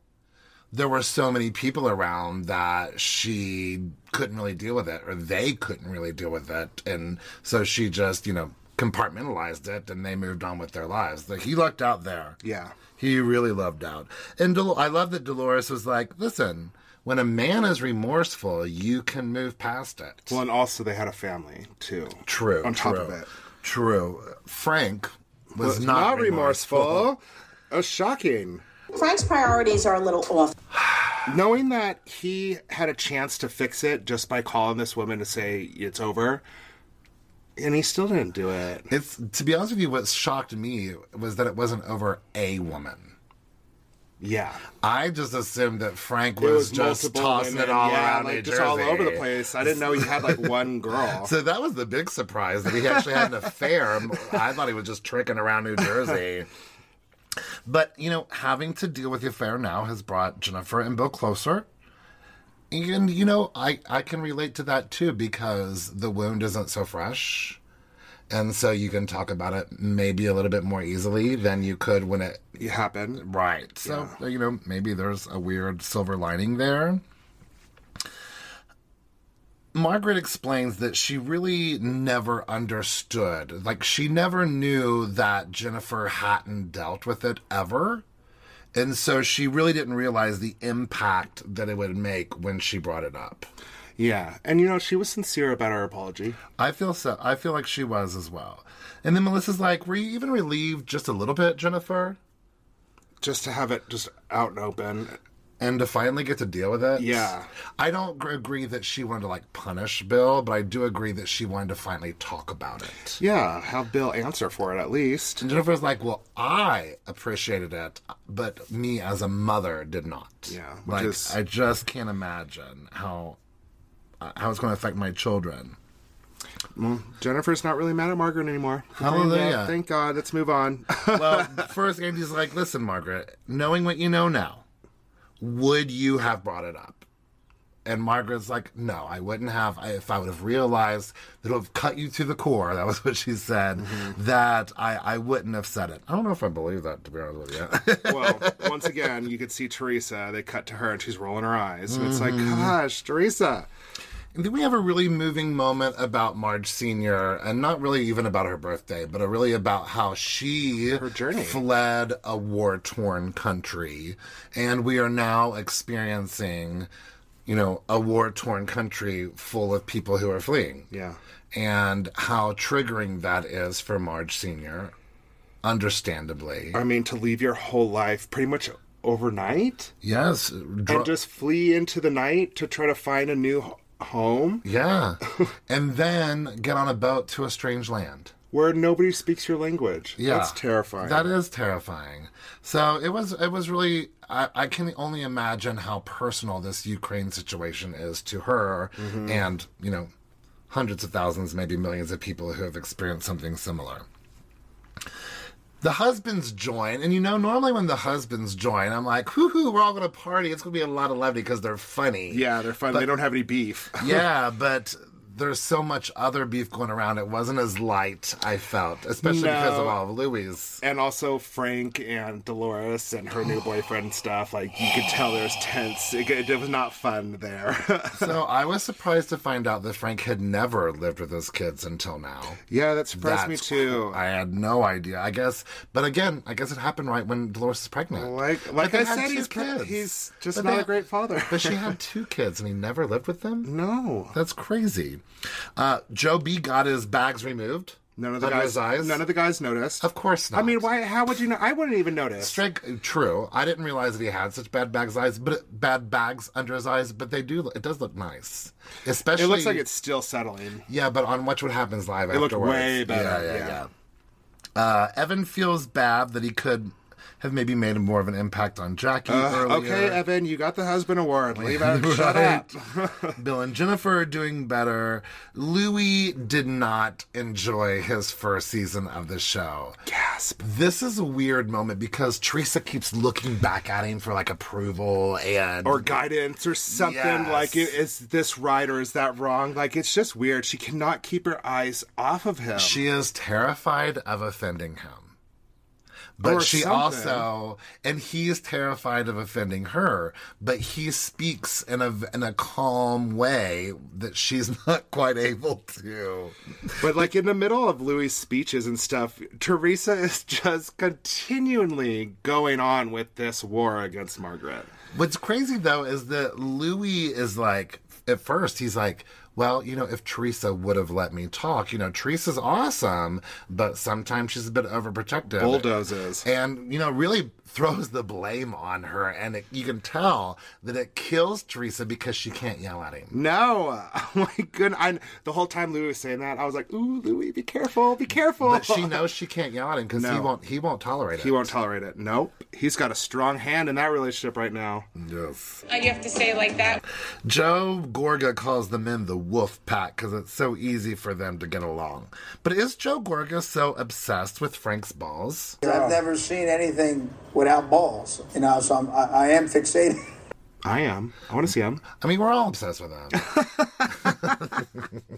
S2: there were so many people around that she couldn't really deal with it, or they couldn't really deal with it, and so she just, you know, compartmentalized it and they moved on with their lives. Like he lucked out there.
S1: Yeah.
S2: He really loved out. And Del- I love that Dolores was like, listen, when a man is remorseful, you can move past it.
S1: Well, and also they had a family too.
S2: true.
S1: On top
S2: true,
S1: of it,
S2: True. Frank was,
S1: It's
S2: not,
S1: not
S2: remorseful.
S1: remorseful. Oh, shocking.
S9: Frank's priorities are a little off.
S1: Knowing that he had a chance to fix it just by calling this woman to say it's over, and he still didn't do it.
S2: It's to be honest with you, what shocked me was that it wasn't over a woman.
S1: Yeah.
S2: I just assumed that Frank
S1: It
S2: was, just
S1: multiple
S2: tossing
S1: women,
S2: it all
S1: yeah,
S2: around
S1: like
S2: New
S1: just all
S2: Jersey.
S1: over the place. I didn't know he had like one
S2: *laughs*
S1: girl.
S2: So that was the big surprise that he actually had
S1: *laughs*
S2: an affair. I thought he was just tricking around New Jersey. But, you know, having to deal with the affair now has brought Jennifer and Bill closer. And, you know, I, I can relate to that too because the wound isn't so fresh. And so you can talk about it maybe a little bit more easily than you could when it
S1: it happened.
S2: Right. So, you know, maybe there's a weird silver lining there. Margaret explains that she really never understood. Like, she never knew that Jennifer hadn't dealt with it ever. And so she really didn't realize the impact that it would make when she brought it up.
S1: Yeah. And you know, she was sincere about her apology.
S2: I feel so. I feel like she was as well. And then Melissa's like, Were you even relieved just a little bit, Jennifer?
S1: Just to have it just out and open.
S2: and to finally get to deal with it.
S1: Yeah.
S2: I don't gr- agree that she wanted to like punish Bill, but I do agree that she wanted to finally talk about it.
S1: Yeah. Have Bill answer for it at least.
S2: And Jennifer's like, "Well, I appreciated it, but me as a mother did not."
S1: Yeah, which
S2: like
S1: is-
S2: I just can't imagine how uh, how it's going to affect my children.
S1: Jennifer's not really mad at Margaret anymore.
S2: Hallelujah.
S1: Yeah, Thank God. Let's move on. *laughs*
S2: Well, first Andy's like, "Listen, Margaret, knowing what you know now, would you have brought it up?" And Margaret's like, "No, I wouldn't have. I, if I would have realized that it would have cut you to the core, that was what she said. That I, I wouldn't have said it. I don't know if I believe that to be honest with you. *laughs*
S1: well, once again, you could see Teresa. They cut to her and she's rolling her eyes. And it's like, gosh, Teresa.
S2: and then we have a really moving moment about Marge Senior, and not really even about her birthday, but really about how she
S1: Her journey.
S2: fled a war torn country, and we are now experiencing, you know, a war torn country full of people who are fleeing.
S1: Yeah.
S2: and how triggering that is for Marge Senior, understandably.
S1: I mean, to leave your whole life pretty much overnight
S2: yes, dr-
S1: and just flee into the night to try to find a new h- home
S2: yeah, *laughs* and then get on a boat to a strange land.
S1: where nobody speaks your language.
S2: Yeah,
S1: That's terrifying.
S2: That is terrifying. So it was. It was really. I, I can only imagine how personal this Ukraine situation is to her,
S1: Mm-hmm.
S2: and you know, hundreds of thousands, maybe millions of people who have experienced something similar. The husbands join, and you know, normally when the husbands join, I'm like, "Whoo hoo! We're all going to party. It's going to be a lot of levity because they're funny."
S1: Yeah, they're fun. they don't have any beef.
S2: *laughs* yeah, but there's so much other beef going around. It wasn't as light. I felt, especially because of
S1: No.
S2: all of Louis.
S1: *laughs* and also Frank and Dolores and her new boyfriend and stuff. Like you could tell there's tense. It, it was not fun there. *laughs*
S2: So I was surprised to find out that Frank had never lived with his kids until now.
S1: yeah, that surprised me
S2: That's
S1: too.
S2: I had no idea. I guess, but again, I guess it happened right when Dolores is pregnant.
S1: Like-
S2: But
S1: like
S2: they
S1: I
S2: had
S1: said,
S2: two
S1: he's pre-
S2: kids.
S1: he's just
S2: they
S1: not a
S2: had-
S1: great father.
S2: but
S1: *laughs*
S2: she had two kids, and he never lived with them.
S1: no,
S2: That's crazy. Uh, Joe B got his bags removed.
S1: none of the
S2: under
S1: guys.
S2: His eyes.
S1: None of the guys noticed.
S2: Of course not.
S1: I mean, why? How would you know? I wouldn't even notice.
S2: Strike, true. I didn't realize that he had such bad bags eyes, but bad bags under his eyes. But they do. It does look nice, especially.
S1: it looks like it's still settling.
S2: Yeah, but on Watch What Happens Live
S1: It looked
S2: afterwards.
S1: way better. Yeah,
S2: Uh, Evan feels bad that he could have maybe made more of an impact on Jackie *sighs* earlier.
S1: Uh, Okay, Evan, you got the husband award.
S2: *laughs*
S1: Leave out. Shut up. *laughs*
S2: Right. Bill and Jennifer are doing better. Louis did not enjoy his first season of the show.
S1: Gasp.
S2: This is a weird moment because Teresa keeps looking back at him for like approval and
S1: Or guidance or something
S2: Yes.
S1: like it, is this right or is that wrong? Like it's just weird. She cannot keep her eyes off of him.
S2: She is terrified of offending him. But
S1: Or
S2: she
S1: something.
S2: also, and he's terrified of offending her, but he speaks in a, in a calm way that she's *laughs* not quite able to.
S1: But like in the middle of Louis' speeches and stuff, Teresa is *laughs* just continually going on with this war against Margaret.
S2: What's crazy though is that Louis is like, at first, he's like, well, you know, if Teresa would have let me talk, you know, Teresa's awesome, but sometimes she's a bit overprotective.
S1: Bulldozes.
S2: And, you know, really throws the blame on her. And it, you can tell that it kills Teresa because she can't yell at him.
S1: No, *laughs* oh my goodness! I, the whole time Louis was saying that, I was like, "Ooh, Louis, be careful, be careful." *laughs*
S2: But she knows she can't yell at him because he
S1: No.
S2: won't, he won't tolerate it.
S1: he won't tolerate it. Nope, he's got a strong hand in that relationship right now.
S2: Yes.
S6: Oh, you have to say it like that.
S2: Joe Gorga calls the men the wolf pack because it's so easy for them to get along. But is Joe Gorga so obsessed with Frank's balls?
S10: I've never seen anything without balls. You know, so I'm, I, I am fixated.
S1: I am. I want to see him.
S2: I mean, we're all obsessed with
S1: *laughs*
S2: them. *laughs*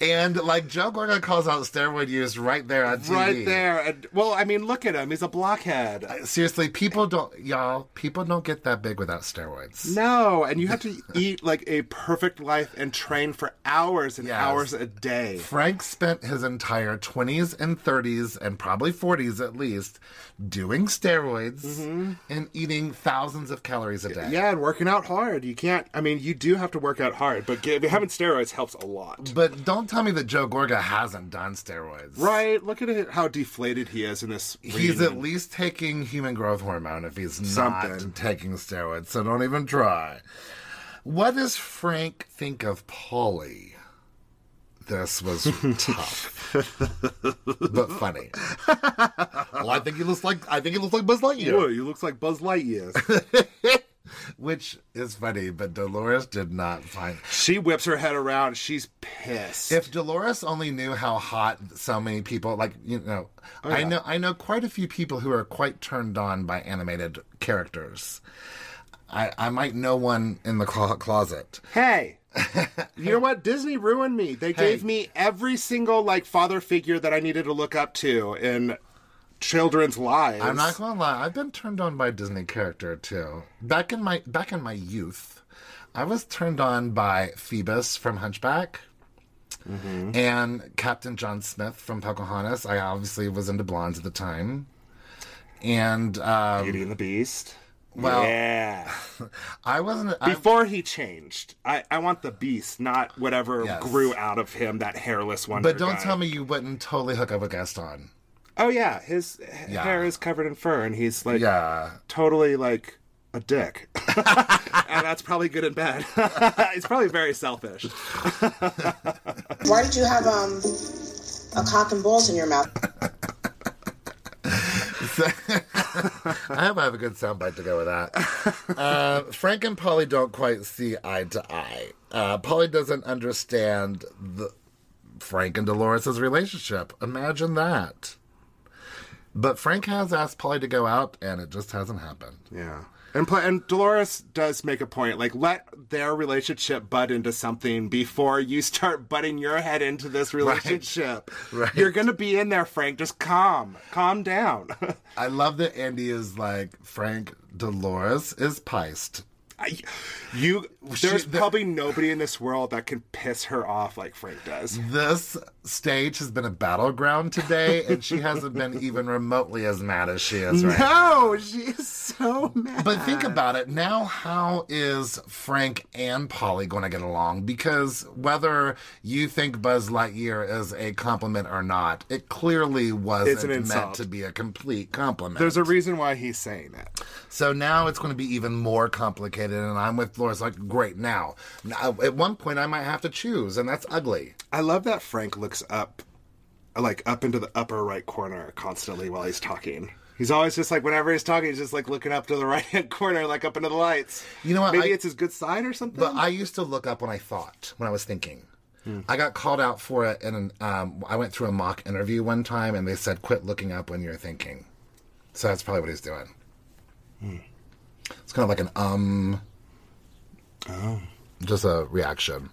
S2: and like Joe Gorga calls out steroid use right there on TV.
S1: Right there. And, well, I mean, look at him. He's a blockhead.
S2: Seriously, people don't, y'all, people don't get that big without steroids.
S1: No, and you have to eat like a perfect life and train for hours and
S2: Yes.
S1: hours a day.
S2: Frank spent his entire 20s and 30s and probably 40s at least doing steroids and eating thousands of calories a day.
S1: Mm-hmm. Yeah, and working out hard. You can't. I mean, you do have to work out hard, but get, having steroids helps a lot.
S2: But don't tell me that Joe Gorga hasn't done steroids.
S1: Right? Look at it, how deflated he is in this.
S2: He's
S1: reunion.
S2: at least taking human growth hormone if he's
S1: Something.
S2: not taking steroids, so don't even try. What does Frank think of Polly? This was tough, but funny. well, I think he looks like I think he looks like Buzz Lightyear.
S1: Whoa, he looks like Buzz
S2: *laughs*
S1: Lightyear.
S2: which is funny, but Dolores did not find.
S1: she whips her head around. She's pissed.
S2: If Dolores only knew how hot so many people like, you know, I know I know quite a few people who are quite turned on by animated characters. I, I might know one in the clo- closet. *laughs*
S1: hey. you know what? Disney ruined me. They gave
S2: Hey.
S1: me every single like father figure that I needed to look up to in children's lives.
S2: I'm not gonna lie, I've been turned on by a Disney character too. Back in my back in my youth, I was turned on by Phoebus from Hunchback. And Captain John Smith from Pocahontas. I obviously was into blondes at the time. And um,
S1: Beauty and the Beast.
S2: Well-
S1: yeah.
S2: *laughs* I wasn't. I,
S1: Before he changed, I, I want the Beast, not whatever
S2: Yes.
S1: grew out of him, that hairless one.
S2: but don't tell me you wouldn't totally hook up with Gaston.
S1: Oh yeah, his h-
S2: Yeah.
S1: hair is covered in fur, and he's like
S2: Yeah.
S1: totally like a dick. *laughs* and that's probably good and bad. *laughs* he's probably very selfish.
S9: Why did you have um a cock and balls in your mouth?
S2: I hope I have a good soundbite to go with that. uh, Frank and Polly don't quite see eye to eye. Uh, Polly doesn't understand the Frank and Dolores' relationship. Imagine that. But Frank has asked Polly to go out, and it just hasn't happened.
S1: Yeah. And, pl- and Dolores does make a point. Like, let their relationship butt into something before you start butting your head into
S2: *laughs*
S1: this relationship.
S2: Right.
S1: You're going to be in there, Frank. Just calm. Calm down. *laughs*
S2: I love that Andy is like, Frank, Dolores is piced.
S1: I, you, there's
S2: She- the-
S1: probably nobody in this world that can piss her off like Frank *laughs* does.
S2: This stage has been a battleground today, and she hasn't been even remotely as mad as she
S1: *laughs*
S2: is right now.
S1: No, she is so mad.
S2: But think about it now. How is Frank and Polly going to get along? Because whether you think Buzz Lightyear is a compliment or not, it clearly
S1: It's an
S2: wasn't meant
S1: insult.
S2: to be a complete compliment.
S1: There's a reason why he's saying it.
S2: so now it's going to be even more complicated. And I'm with Laura's like, great. Now, now at one point, I might have to choose, and that's ugly.
S1: I love that Frank looks up, like up into the upper right corner constantly while he's talking. He's always just like, whenever he's talking, he's just like looking up to the *laughs* right hand corner, like up into the lights.
S2: You know what,
S1: Maybe
S2: I-
S1: it's his good side or something. *laughs*
S2: But I used to look up when I thought, when I was thinking. I got called out for it, and um, I went through a mock interview one time, and they said, "Quit looking up when you're thinking." So that's probably what he's doing. It's kind of like an um, just a reaction.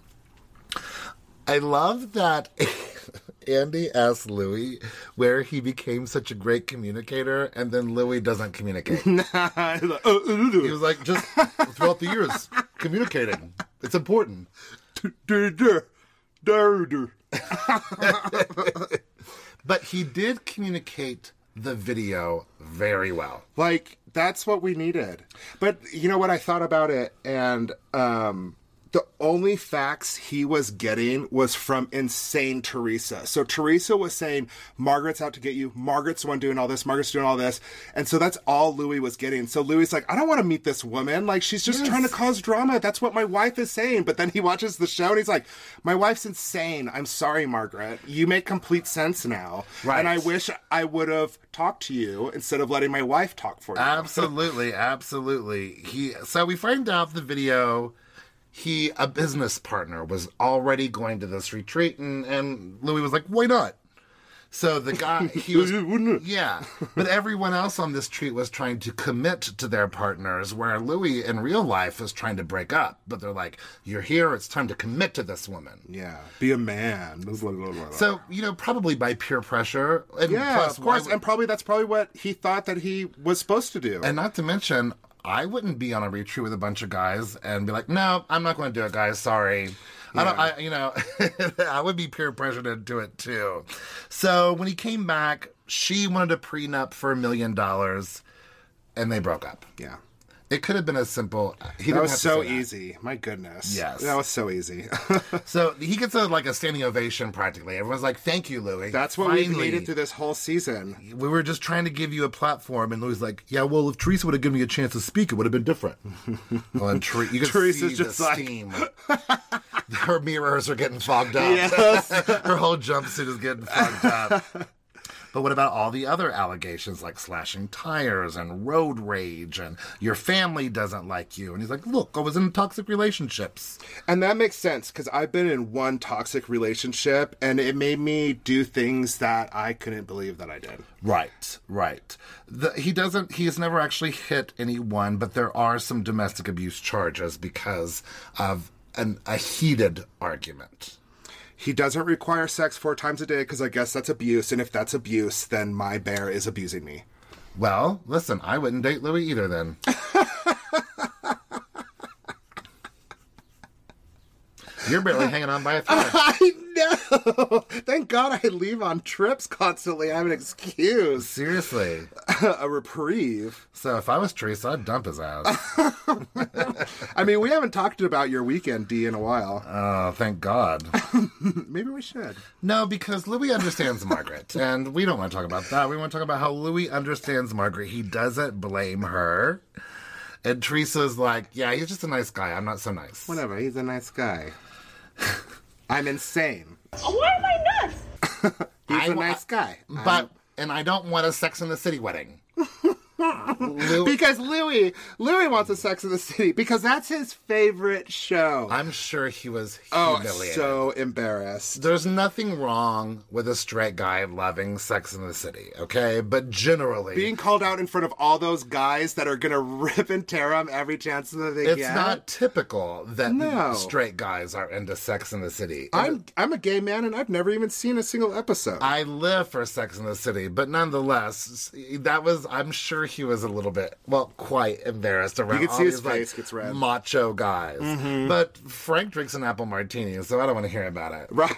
S2: I love that *laughs* Andy asked Louis where he became such a great communicator, and then Louis doesn't communicate. he
S1: "Uh,
S2: was like, just throughout the years, communicating. It's important. but he did communicate the video very well.
S1: Like that's what we needed. But you know what I thought about it and um the only facts he was getting was from insane Teresa. So Teresa was saying, Margaret's out to get you. Margaret's the one doing all this. Margaret's doing all this. And so that's all Louis was getting. So Louis's like, I don't want to meet this woman. Like, she's just
S2: Yes.
S1: trying to cause drama. That's what my wife is saying. But then he watches the show and he's like, My wife's insane. I'm sorry, Margaret. You make complete sense now.
S2: Right.
S1: And I wish I would have talked to you instead of letting my wife talk for you.
S2: Ah. Absolutely, absolutely. He so we find out the video. He a business partner was already going to this retreat, and and Louis was like, "Why not?" So the *laughs* guy he was
S1: Wouldn't it?
S2: yeah, but everyone else on this treat was trying to commit to their partners, where Louis in real life was trying to break up. But they're like, "You're here. It's time to commit to this woman."
S1: yeah. Be a man. So
S2: So you know, probably by peer pressure. And
S1: Yeah,
S2: plus,
S1: of
S2: why
S1: course,
S2: would-
S1: and probably that's probably what he thought that he was supposed to do.
S2: And not to mention, I wouldn't be on a retreat with a bunch of guys and be like, "No, I'm not going to do it, guys. Sorry." I don't. I you know, *laughs* I would be peer pressured into it too. So when he came back, she wanted a prenup for a million dollars, and they broke up.
S1: yeah,
S2: It could have been as simple. He
S1: that
S2: didn't
S1: was
S2: have to
S1: so
S2: say that.
S1: easy. My goodness,
S2: Yes.
S1: that was so easy. *laughs*
S2: So he gets a like a standing ovation practically. Everyone's like, "Thank you, Louis."
S1: that's what we
S2: Finally."
S1: needed through this whole season.
S2: we were just trying to give you a platform, and Louis like, yeah, well, if Teresa would have given me a chance to speak, it would have
S1: *laughs*
S2: been different. well, and Ter- you can
S1: Teresa's
S2: see
S1: just
S2: the
S1: like-
S2: steam. *laughs* Her mirrors are getting fogged up.
S1: Yes.
S2: *laughs* Her whole jumpsuit is getting fogged up.
S1: *laughs*
S2: But what about all the other allegations like slashing tires and road rage and your family doesn't like you? And he's like, look, I was in toxic relationships.
S1: And that makes sense because I've been in one toxic relationship, and it made me do things that I couldn't believe that I did.
S2: Right, right. The, he doesn't. He has never actually hit anyone, but there are some domestic abuse charges because of an, a heated argument.
S1: He doesn't require sex four times a day because I guess that's abuse, and if that's abuse, then my bear is abusing me.
S2: Well, listen, I wouldn't date Louis either. Then you're barely hanging on by a thread.
S1: I know. *laughs* Thank God I leave on trips constantly. I have an excuse, *laughs*
S2: Seriously.
S1: a reprieve.
S2: So if I was Teresa, I'd dump his ass.
S1: I mean, we haven't talked about your weekend, D, in a while.
S2: Oh, thank God.
S1: Maybe we should.
S2: No, because Louis
S1: *laughs*
S2: understands Margaret, and we don't want to talk about that. We want to talk about how Louis understands Margaret. He doesn't blame her. And Teresa's like, yeah, he's just a nice guy. I'm not so nice.
S1: Whatever. He's a nice
S2: *laughs*
S1: guy. I'm insane.
S4: Why am I nuts?
S1: He's
S2: I
S1: a
S2: wa-
S1: nice guy.
S2: But, and I don't want a Sex in the City wedding. Lou-
S1: because Louis, Louis wants a Sex in the City because that's his favorite show.
S2: I'm sure he was
S1: *laughs* oh,
S2: humiliated.
S1: so embarrassed.
S2: There's nothing wrong with a straight guy loving Sex in the City, okay? But generally,
S1: Being called out in front of all those guys that are gonna *laughs* rip and tear him every chance that they
S2: it's
S1: get.
S2: not typical that
S1: No.
S2: straight guys are into Sex in the City.
S1: I'm I'm a gay man and I've never even seen a single episode.
S2: I live for Sex in the City, but nonetheless, that was, I'm sure he was a little bit, well, quite embarrassed around
S1: can
S2: all
S1: see his
S2: these, like,
S1: face gets red. Mm-hmm.
S2: macho guys. But Frank drinks an apple martini, so I don't want to hear about it.
S1: right.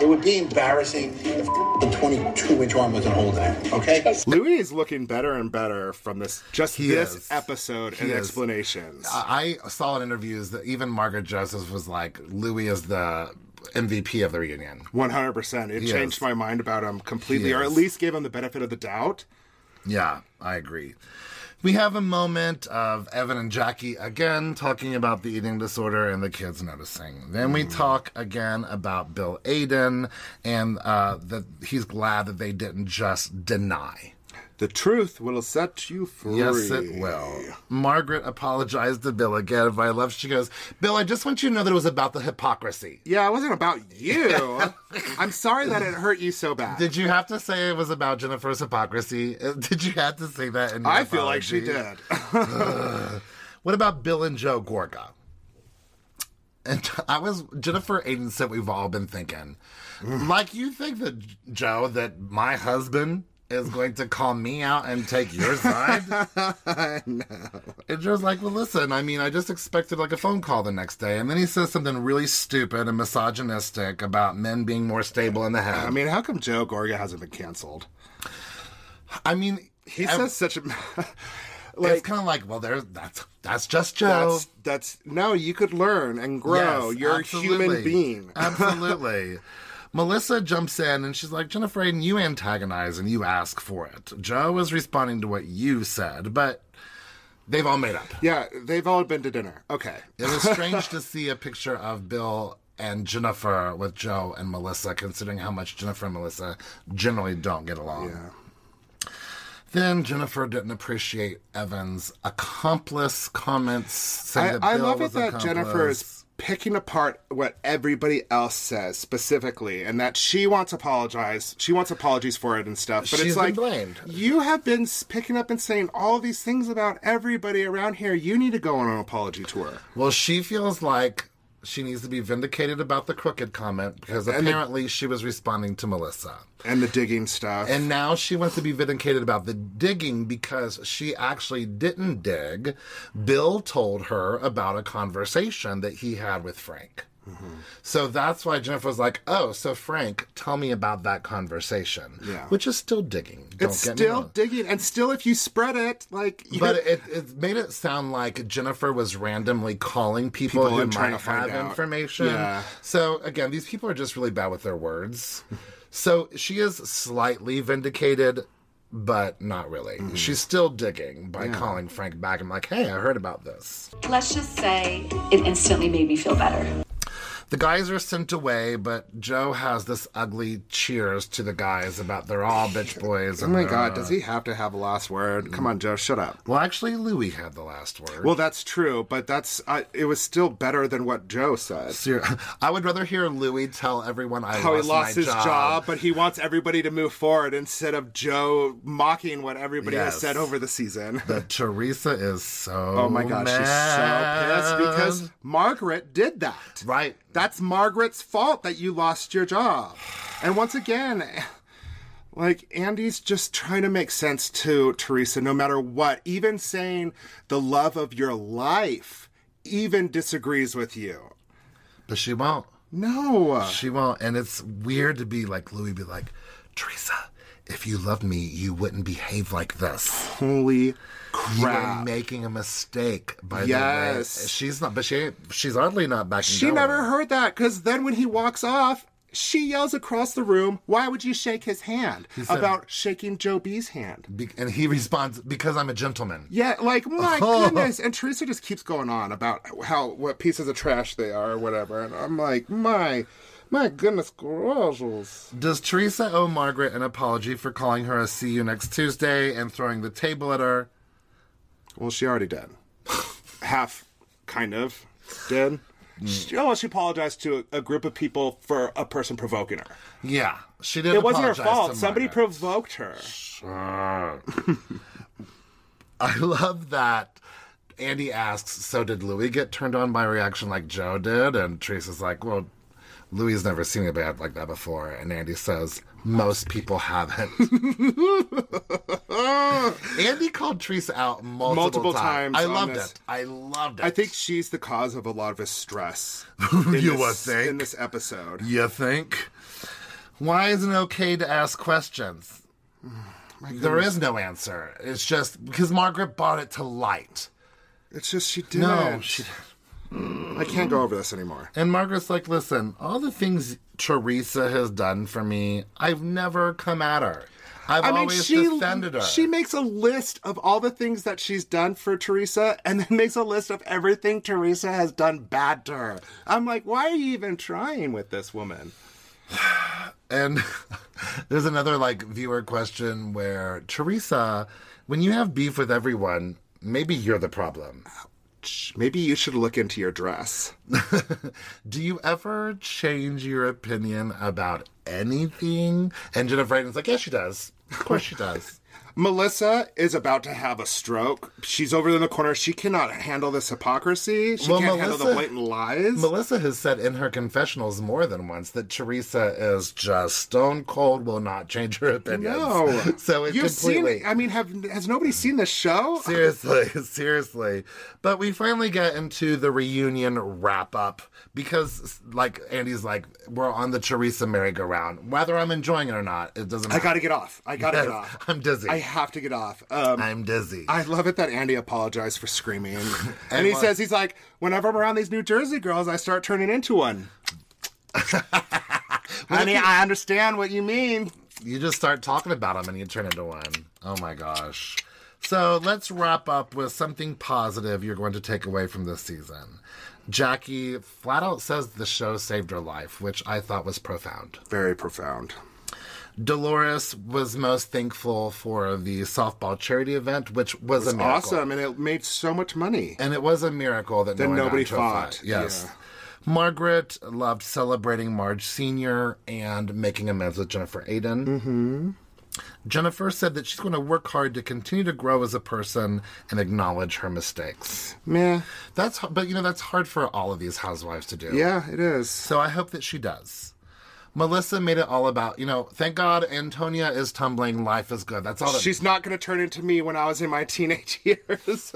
S10: It would be embarrassing if the 22 inch arm wasn't holding it, okay?
S1: Louis is looking better and better from this just
S2: He
S1: this
S2: is.
S1: episode
S2: He
S1: and
S2: is.
S1: explanations.
S2: I I saw in interviews that even Margaret Joseph was like, Louis is the MVP of the reunion.
S1: One hundred percent. It
S2: He
S1: changed
S2: is.
S1: my mind about him completely,
S2: He
S1: or at
S2: is.
S1: least gave him the benefit of the doubt.
S2: Yeah, I agree. We have a moment of Evan and Jackie again talking about the eating disorder and the kids noticing. Then
S1: Mm.
S2: we talk again about Bill Aiden and uh, that he's glad that they didn't just deny.
S1: The truth will set you free.
S2: Yes, it will. Margaret apologized to Bill again. But I love she goes, Bill, I just want you to know that it was about the hypocrisy.
S1: Yeah, it wasn't about
S2: *laughs*
S1: you. I'm sorry that it hurt you so bad.
S2: Did you have to say it was about Jennifer's hypocrisy? Uh, Did you have to say that? In your
S1: I feel like she
S2: *laughs* apology?
S1: did.
S2: What about Bill and Joe Gorga? And I was Jennifer Aiden said we've all been thinking. Like you think that Joe that my husband is going to call me out and take
S1: *laughs*
S2: your side? And Joe's like, well, listen, I mean, I just expected like a phone call the next day. And then he says something really stupid and misogynistic about men being more stable in the head.
S1: I mean, how come Joe Gorga hasn't been canceled?
S2: I mean,
S1: He
S2: ev-
S1: says such a. *laughs*
S2: it's kind of like, well, there's that's that's just Joe.
S1: That's that's no. You could learn and grow.
S2: Yes,
S1: You're a
S2: absolutely.
S1: human being. *laughs*
S2: absolutely. Melissa jumps in and she's like, Jennifer Aiden, you antagonize and you ask for it. Joe is responding to what you said, but they've all made up.
S1: Yeah, they've all been to dinner. Okay.
S2: It was strange to see a picture of Bill and Jennifer with Joe and Melissa, considering how much Jennifer and Melissa generally don't get along. Then Jennifer didn't appreciate Evan's accomplice comments.
S1: I,
S2: saying that
S1: I
S2: Bill
S1: love it
S2: was
S1: that Jennifer
S2: accomplice.
S1: is picking apart what everybody else says specifically, and that she wants apologize. She wants apologies for it and stuff. But it's
S2: She's been
S1: like
S2: blamed.
S1: you have been s- picking up and saying all these things about everybody around here. You need to go on an apology tour.
S2: Well, she feels like she needs to be vindicated about the crooked comment because apparently she was responding to Melissa.
S1: And the digging stuff.
S2: And now she wants to be vindicated about the digging because she actually didn't dig. Bill told her about a conversation that he had with Frank.
S1: Mm-hmm.
S2: So that's why Jennifer was like, "Oh, so Frank, tell me about that conversation."
S1: Yeah.
S2: which is still digging. Don't
S1: it's
S2: get me
S1: still
S2: wrong.
S1: digging, and still, if you spread it, like you
S2: But it, it made it sound like Jennifer was randomly calling people,
S1: People
S2: who
S1: and trying
S2: might
S1: to find
S2: have
S1: out.
S2: information.
S1: Yeah.
S2: So again, these people are just really bad with their words. so she is slightly vindicated, but not really.
S1: Mm-hmm.
S2: She's still digging by calling Frank back and like, hey, I heard about this.
S11: Let's just say it instantly made me feel better.
S2: The guys are sent away, but Joe has this ugly cheers to the guys about they're all bitch
S1: *laughs*
S2: boys. uh,
S1: oh my god, does he have to have a last word?
S2: Mm.
S1: Come on, Joe, shut up.
S2: Well, actually, Louis had the last word.
S1: Well, that's true, but that's uh, it was still better than what Joe said.
S2: Ser- I would rather hear Louis tell everyone I
S1: How he lost
S2: lost my
S1: his job. but he wants everybody to move forward instead of Joe mocking what everybody
S2: Yes.
S1: has said over the season.
S2: Teresa is so.
S1: *laughs* oh my gosh, she's so pissed because Margaret did that.
S2: Right.
S1: That's Margaret's fault that you lost your job. And once again, *sighs* like Andy's just trying to make sense to Teresa no matter what, even saying the love of your life even disagrees with you.
S2: But she won't.
S1: No.
S2: She won't. And it's weird to be like Louis, be like, Teresa, if you loved me, you wouldn't behave like this.
S1: Holy
S2: You are
S1: crap.
S2: making a mistake by the way.
S1: Yes.
S2: She's not, but she ain't, she's oddly not backing
S1: She
S2: down
S1: never
S2: on it.
S1: heard that because then when he walks off, she yells across the room, Why would you shake his hand?
S2: said-
S1: about shaking Joe B's hand.
S2: Be- and he responds, because I'm a gentleman.
S1: Yeah, like, *laughs* my goodness. And Teresa just keeps going on about how, what pieces of trash they are or whatever. And I'm like, My, my goodness, gracious.
S2: Does Teresa owe Margaret an apology for calling her a see you next Tuesday and throwing the table at her?
S1: Well, she already did. *laughs* Half, kind of, did. She, oh, she apologized to a, a group of people for a person provoking her.
S2: Yeah, she didn't.
S1: It wasn't her
S2: apologize
S1: fault.
S2: to
S1: Somebody
S2: Margaret.
S1: provoked her.
S2: *laughs* I love that. Andy asks, "So did Louis get turned on by a reaction like Joe did?" And Teresa's like, "Well, Louis's never seen a bad like that before." And Andy says, "Most
S1: *laughs*
S2: people haven't." Andy called Teresa out multiple,
S1: Multiple
S2: times.
S1: times
S2: I
S1: on
S2: loved
S1: this.
S2: it. I loved it.
S1: I think she's the cause of a lot of his *laughs* stress.
S2: You would
S1: this,
S2: think.
S1: in this episode.
S2: You think? Why isn't it okay to
S1: *sighs*
S2: ask questions? There is no answer. It's just because Margaret brought it to light.
S1: It's just she didn't.
S2: No, she-
S1: I can't go over this anymore.
S2: *laughs* and Margaret's like, listen, all the things Teresa has done for me, I've never come at her. I've
S1: I mean,
S2: always
S1: she
S2: defended her.
S1: she makes a list of all the things that she's done for Teresa, and then *laughs* makes a list of everything Teresa has done bad to her. I'm like, why are you even trying with this woman?
S2: and *laughs* there's another like viewer question where Teresa, when you have beef with everyone, maybe you're the problem.
S1: Maybe you should look into your dress.
S2: *laughs* Do you ever change your opinion about anything? And Jennifer Aiden's like, yeah, she does. Of course she does.
S1: Melissa is about to have a stroke. She's over in the corner. She cannot handle this hypocrisy. She can't handle the blatant lies.
S2: Melissa has said in her confessionals more than once that Teresa is just stone cold, will not change her opinions.
S1: No.
S2: *laughs* So it
S1: You've
S2: completely.
S1: seen. I mean, have has nobody seen this show?
S2: *laughs* Seriously, seriously. But we finally get into the reunion wrap up because, like, Andy's like, we're on the Teresa merry-go-round. Whether I'm enjoying it or not, it doesn't
S1: I
S2: matter.
S1: got to get off. I got to
S2: Yes,
S1: get off.
S2: *laughs* I'm dizzy.
S1: I have to get off. Um,
S2: I'm dizzy.
S1: I love it that Andy apologized for
S2: *laughs*
S1: screaming. and,
S2: And
S1: he
S2: what-
S1: says, he's like, whenever I'm around these New Jersey girls, I start turning into one.
S2: *laughs*
S1: Honey, I understand what you mean.
S2: you just start talking about them and you turn into one. Oh my gosh. So let's wrap up with something positive you're going to take away from this season. Jackie flat out says the show saved her life, which I thought was profound.
S1: Very profound.
S2: Dolores was most thankful for the softball charity event, which was, a miracle.
S1: Awesome. And it made so much money.
S2: And it was a miracle that, no
S1: That
S2: one
S1: nobody
S2: actually
S1: fought.
S2: Yes.
S1: Yeah.
S2: Margaret loved celebrating Marge Sr. and making amends with Jennifer Aiden. Mm-hmm. Jennifer said that she's going to work hard to continue to grow as a person and acknowledge her mistakes.
S1: Meh.
S2: That's, h- but you know, that's hard for all of these housewives to do.
S1: Yeah, it is.
S2: So I hope that she does. Melissa made it all about, you know, thank God Antonia is tumbling. Life is good. That's all that
S1: She's not going to turn into me when I was in my teenage *laughs* years.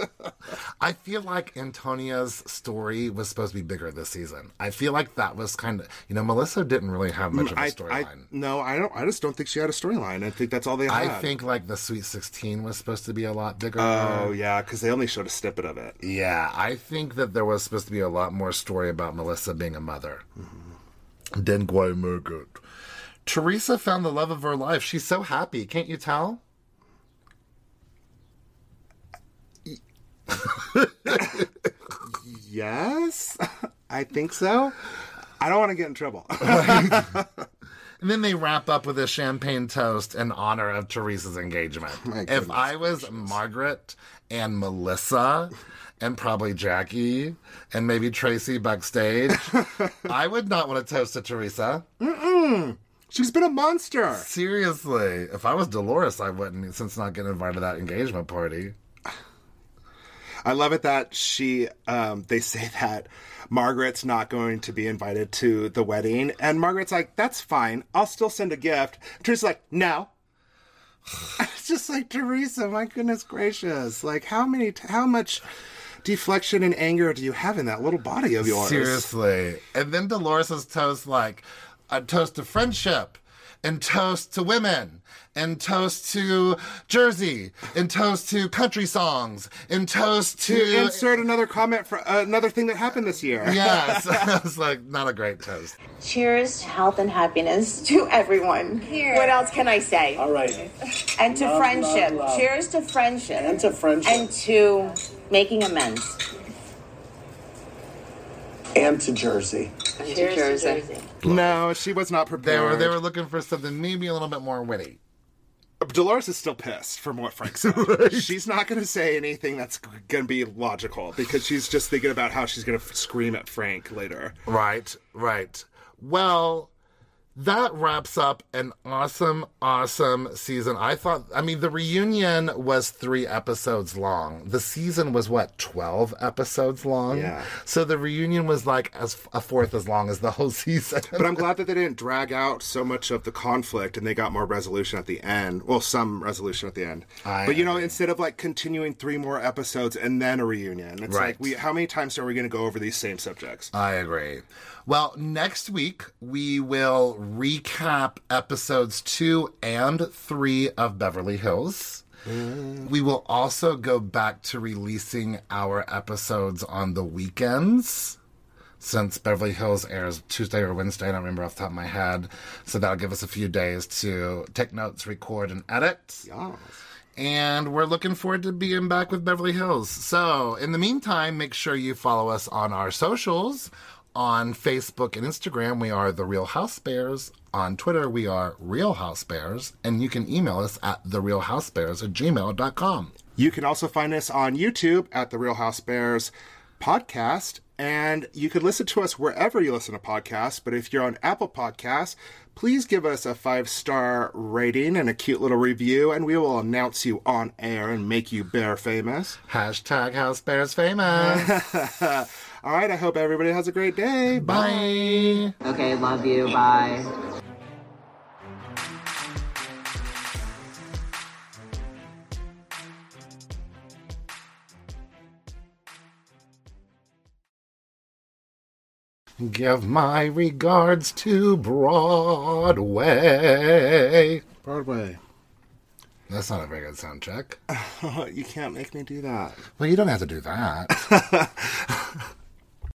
S2: I feel like Antonia's story was supposed to be bigger this season. I feel like that was kind of you know Melissa didn't really have much of a
S1: I, I,
S2: storyline.
S1: no, I don't. I just don't think she had a storyline. I think that's all they
S2: I,
S1: had.
S2: think like the Sweet Sixteen was supposed to be a lot bigger.
S1: Oh yeah, because they only showed a snippet of it.
S2: yeah, I think that there was supposed to be a lot more story about Melissa being a mother. Didn't quite make it. Teresa found the love of her life. She's so happy. Can't you tell?
S1: Yes, *laughs* I think so. I don't want to get in
S2: *laughs*
S1: trouble.
S2: And then they wrap up with a champagne toast in honor of Teresa's engagement. if I was Margaret and Melissa and probably Jackie and maybe Tracy backstage, I would not want to toast to Teresa.
S1: She's been a monster.
S2: Seriously, if I was Dolores, I wouldn't, since not getting invited to that engagement party.
S1: I love it that she. Um, they say that Margaret's not going to be invited to the wedding, and Margaret's like, "That's fine. I'll still send a gift." Teresa's like, "No." *laughs* it's just like Teresa. My goodness gracious! Like how many? How much? Deflection and anger do you have in that little body of yours?
S2: Seriously. And then Dolores' toast like a toast to friendship and toast to women and toast to Jersey and toast to country songs and toast
S1: to
S2: to
S1: insert another comment for uh, another thing that happened this year.
S2: Yes. *laughs* I was like, not a great toast.
S12: Cheers to health and happiness to everyone.
S6: Here.
S12: What else can I say?
S10: All right.
S12: And to
S10: Love,
S12: friendship.
S10: love, love.
S12: Cheers to friendship.
S10: And to friendship.
S12: And to making amends.
S10: And to Jersey.
S12: And to Jersey.
S1: No, she was not prepared.
S2: They were they were looking for something maybe a little bit more witty.
S1: Dolores is still pissed from what Frank
S2: *laughs*
S1: said. She's not going to say anything that's going to be logical because she's just thinking about how she's going to scream at Frank later.
S2: Right, right. Well, that wraps up an awesome, awesome season. I thought, I mean, the reunion was three episodes long. The season was what, 12 episodes long?
S1: Yeah.
S2: So the reunion was like as a fourth as long as the whole *laughs* season.
S1: But I'm glad that they didn't drag out so much of the conflict and they got more resolution at the end. Well, some resolution at the end.
S2: I
S1: but you know,
S2: agree.
S1: instead of like continuing three more episodes and then a reunion, it's
S2: Right.
S1: like we how many times are we going to go over these same subjects?
S2: I agree. Well, next week we will recap episodes two and three of Beverly Hills. We will also go back to releasing our episodes on the weekends since Beverly Hills airs Tuesday or Wednesday. I don't remember off the top of my head. So that'll give us a few days to take notes, record, and edit and we're looking forward to being back with Beverly Hills. So, in the meantime, make sure you follow us on our socials. On Facebook and Instagram, we are The Real House Bears. On Twitter, we are Real House Bears. And you can email us at TheRealHouseBears at gmail.com.
S1: You can also find us on YouTube at The Real House Bears Podcast And you could listen to us wherever you listen to podcasts, but if you're on Apple Podcasts, please give us a five star rating and a cute little review, and we will announce you on air and make you bear famous. *laughs*
S2: Hashtag House Bears Famous.
S1: All right, I hope everybody has a great day.
S2: Bye.
S13: Bye. Okay, love you. Bye.
S2: Give my regards to Broadway.
S1: *laughs* Broadway.
S2: That's not a very good sound check.
S1: you can't make me do that. *laughs*
S2: Well, you don't have to do that.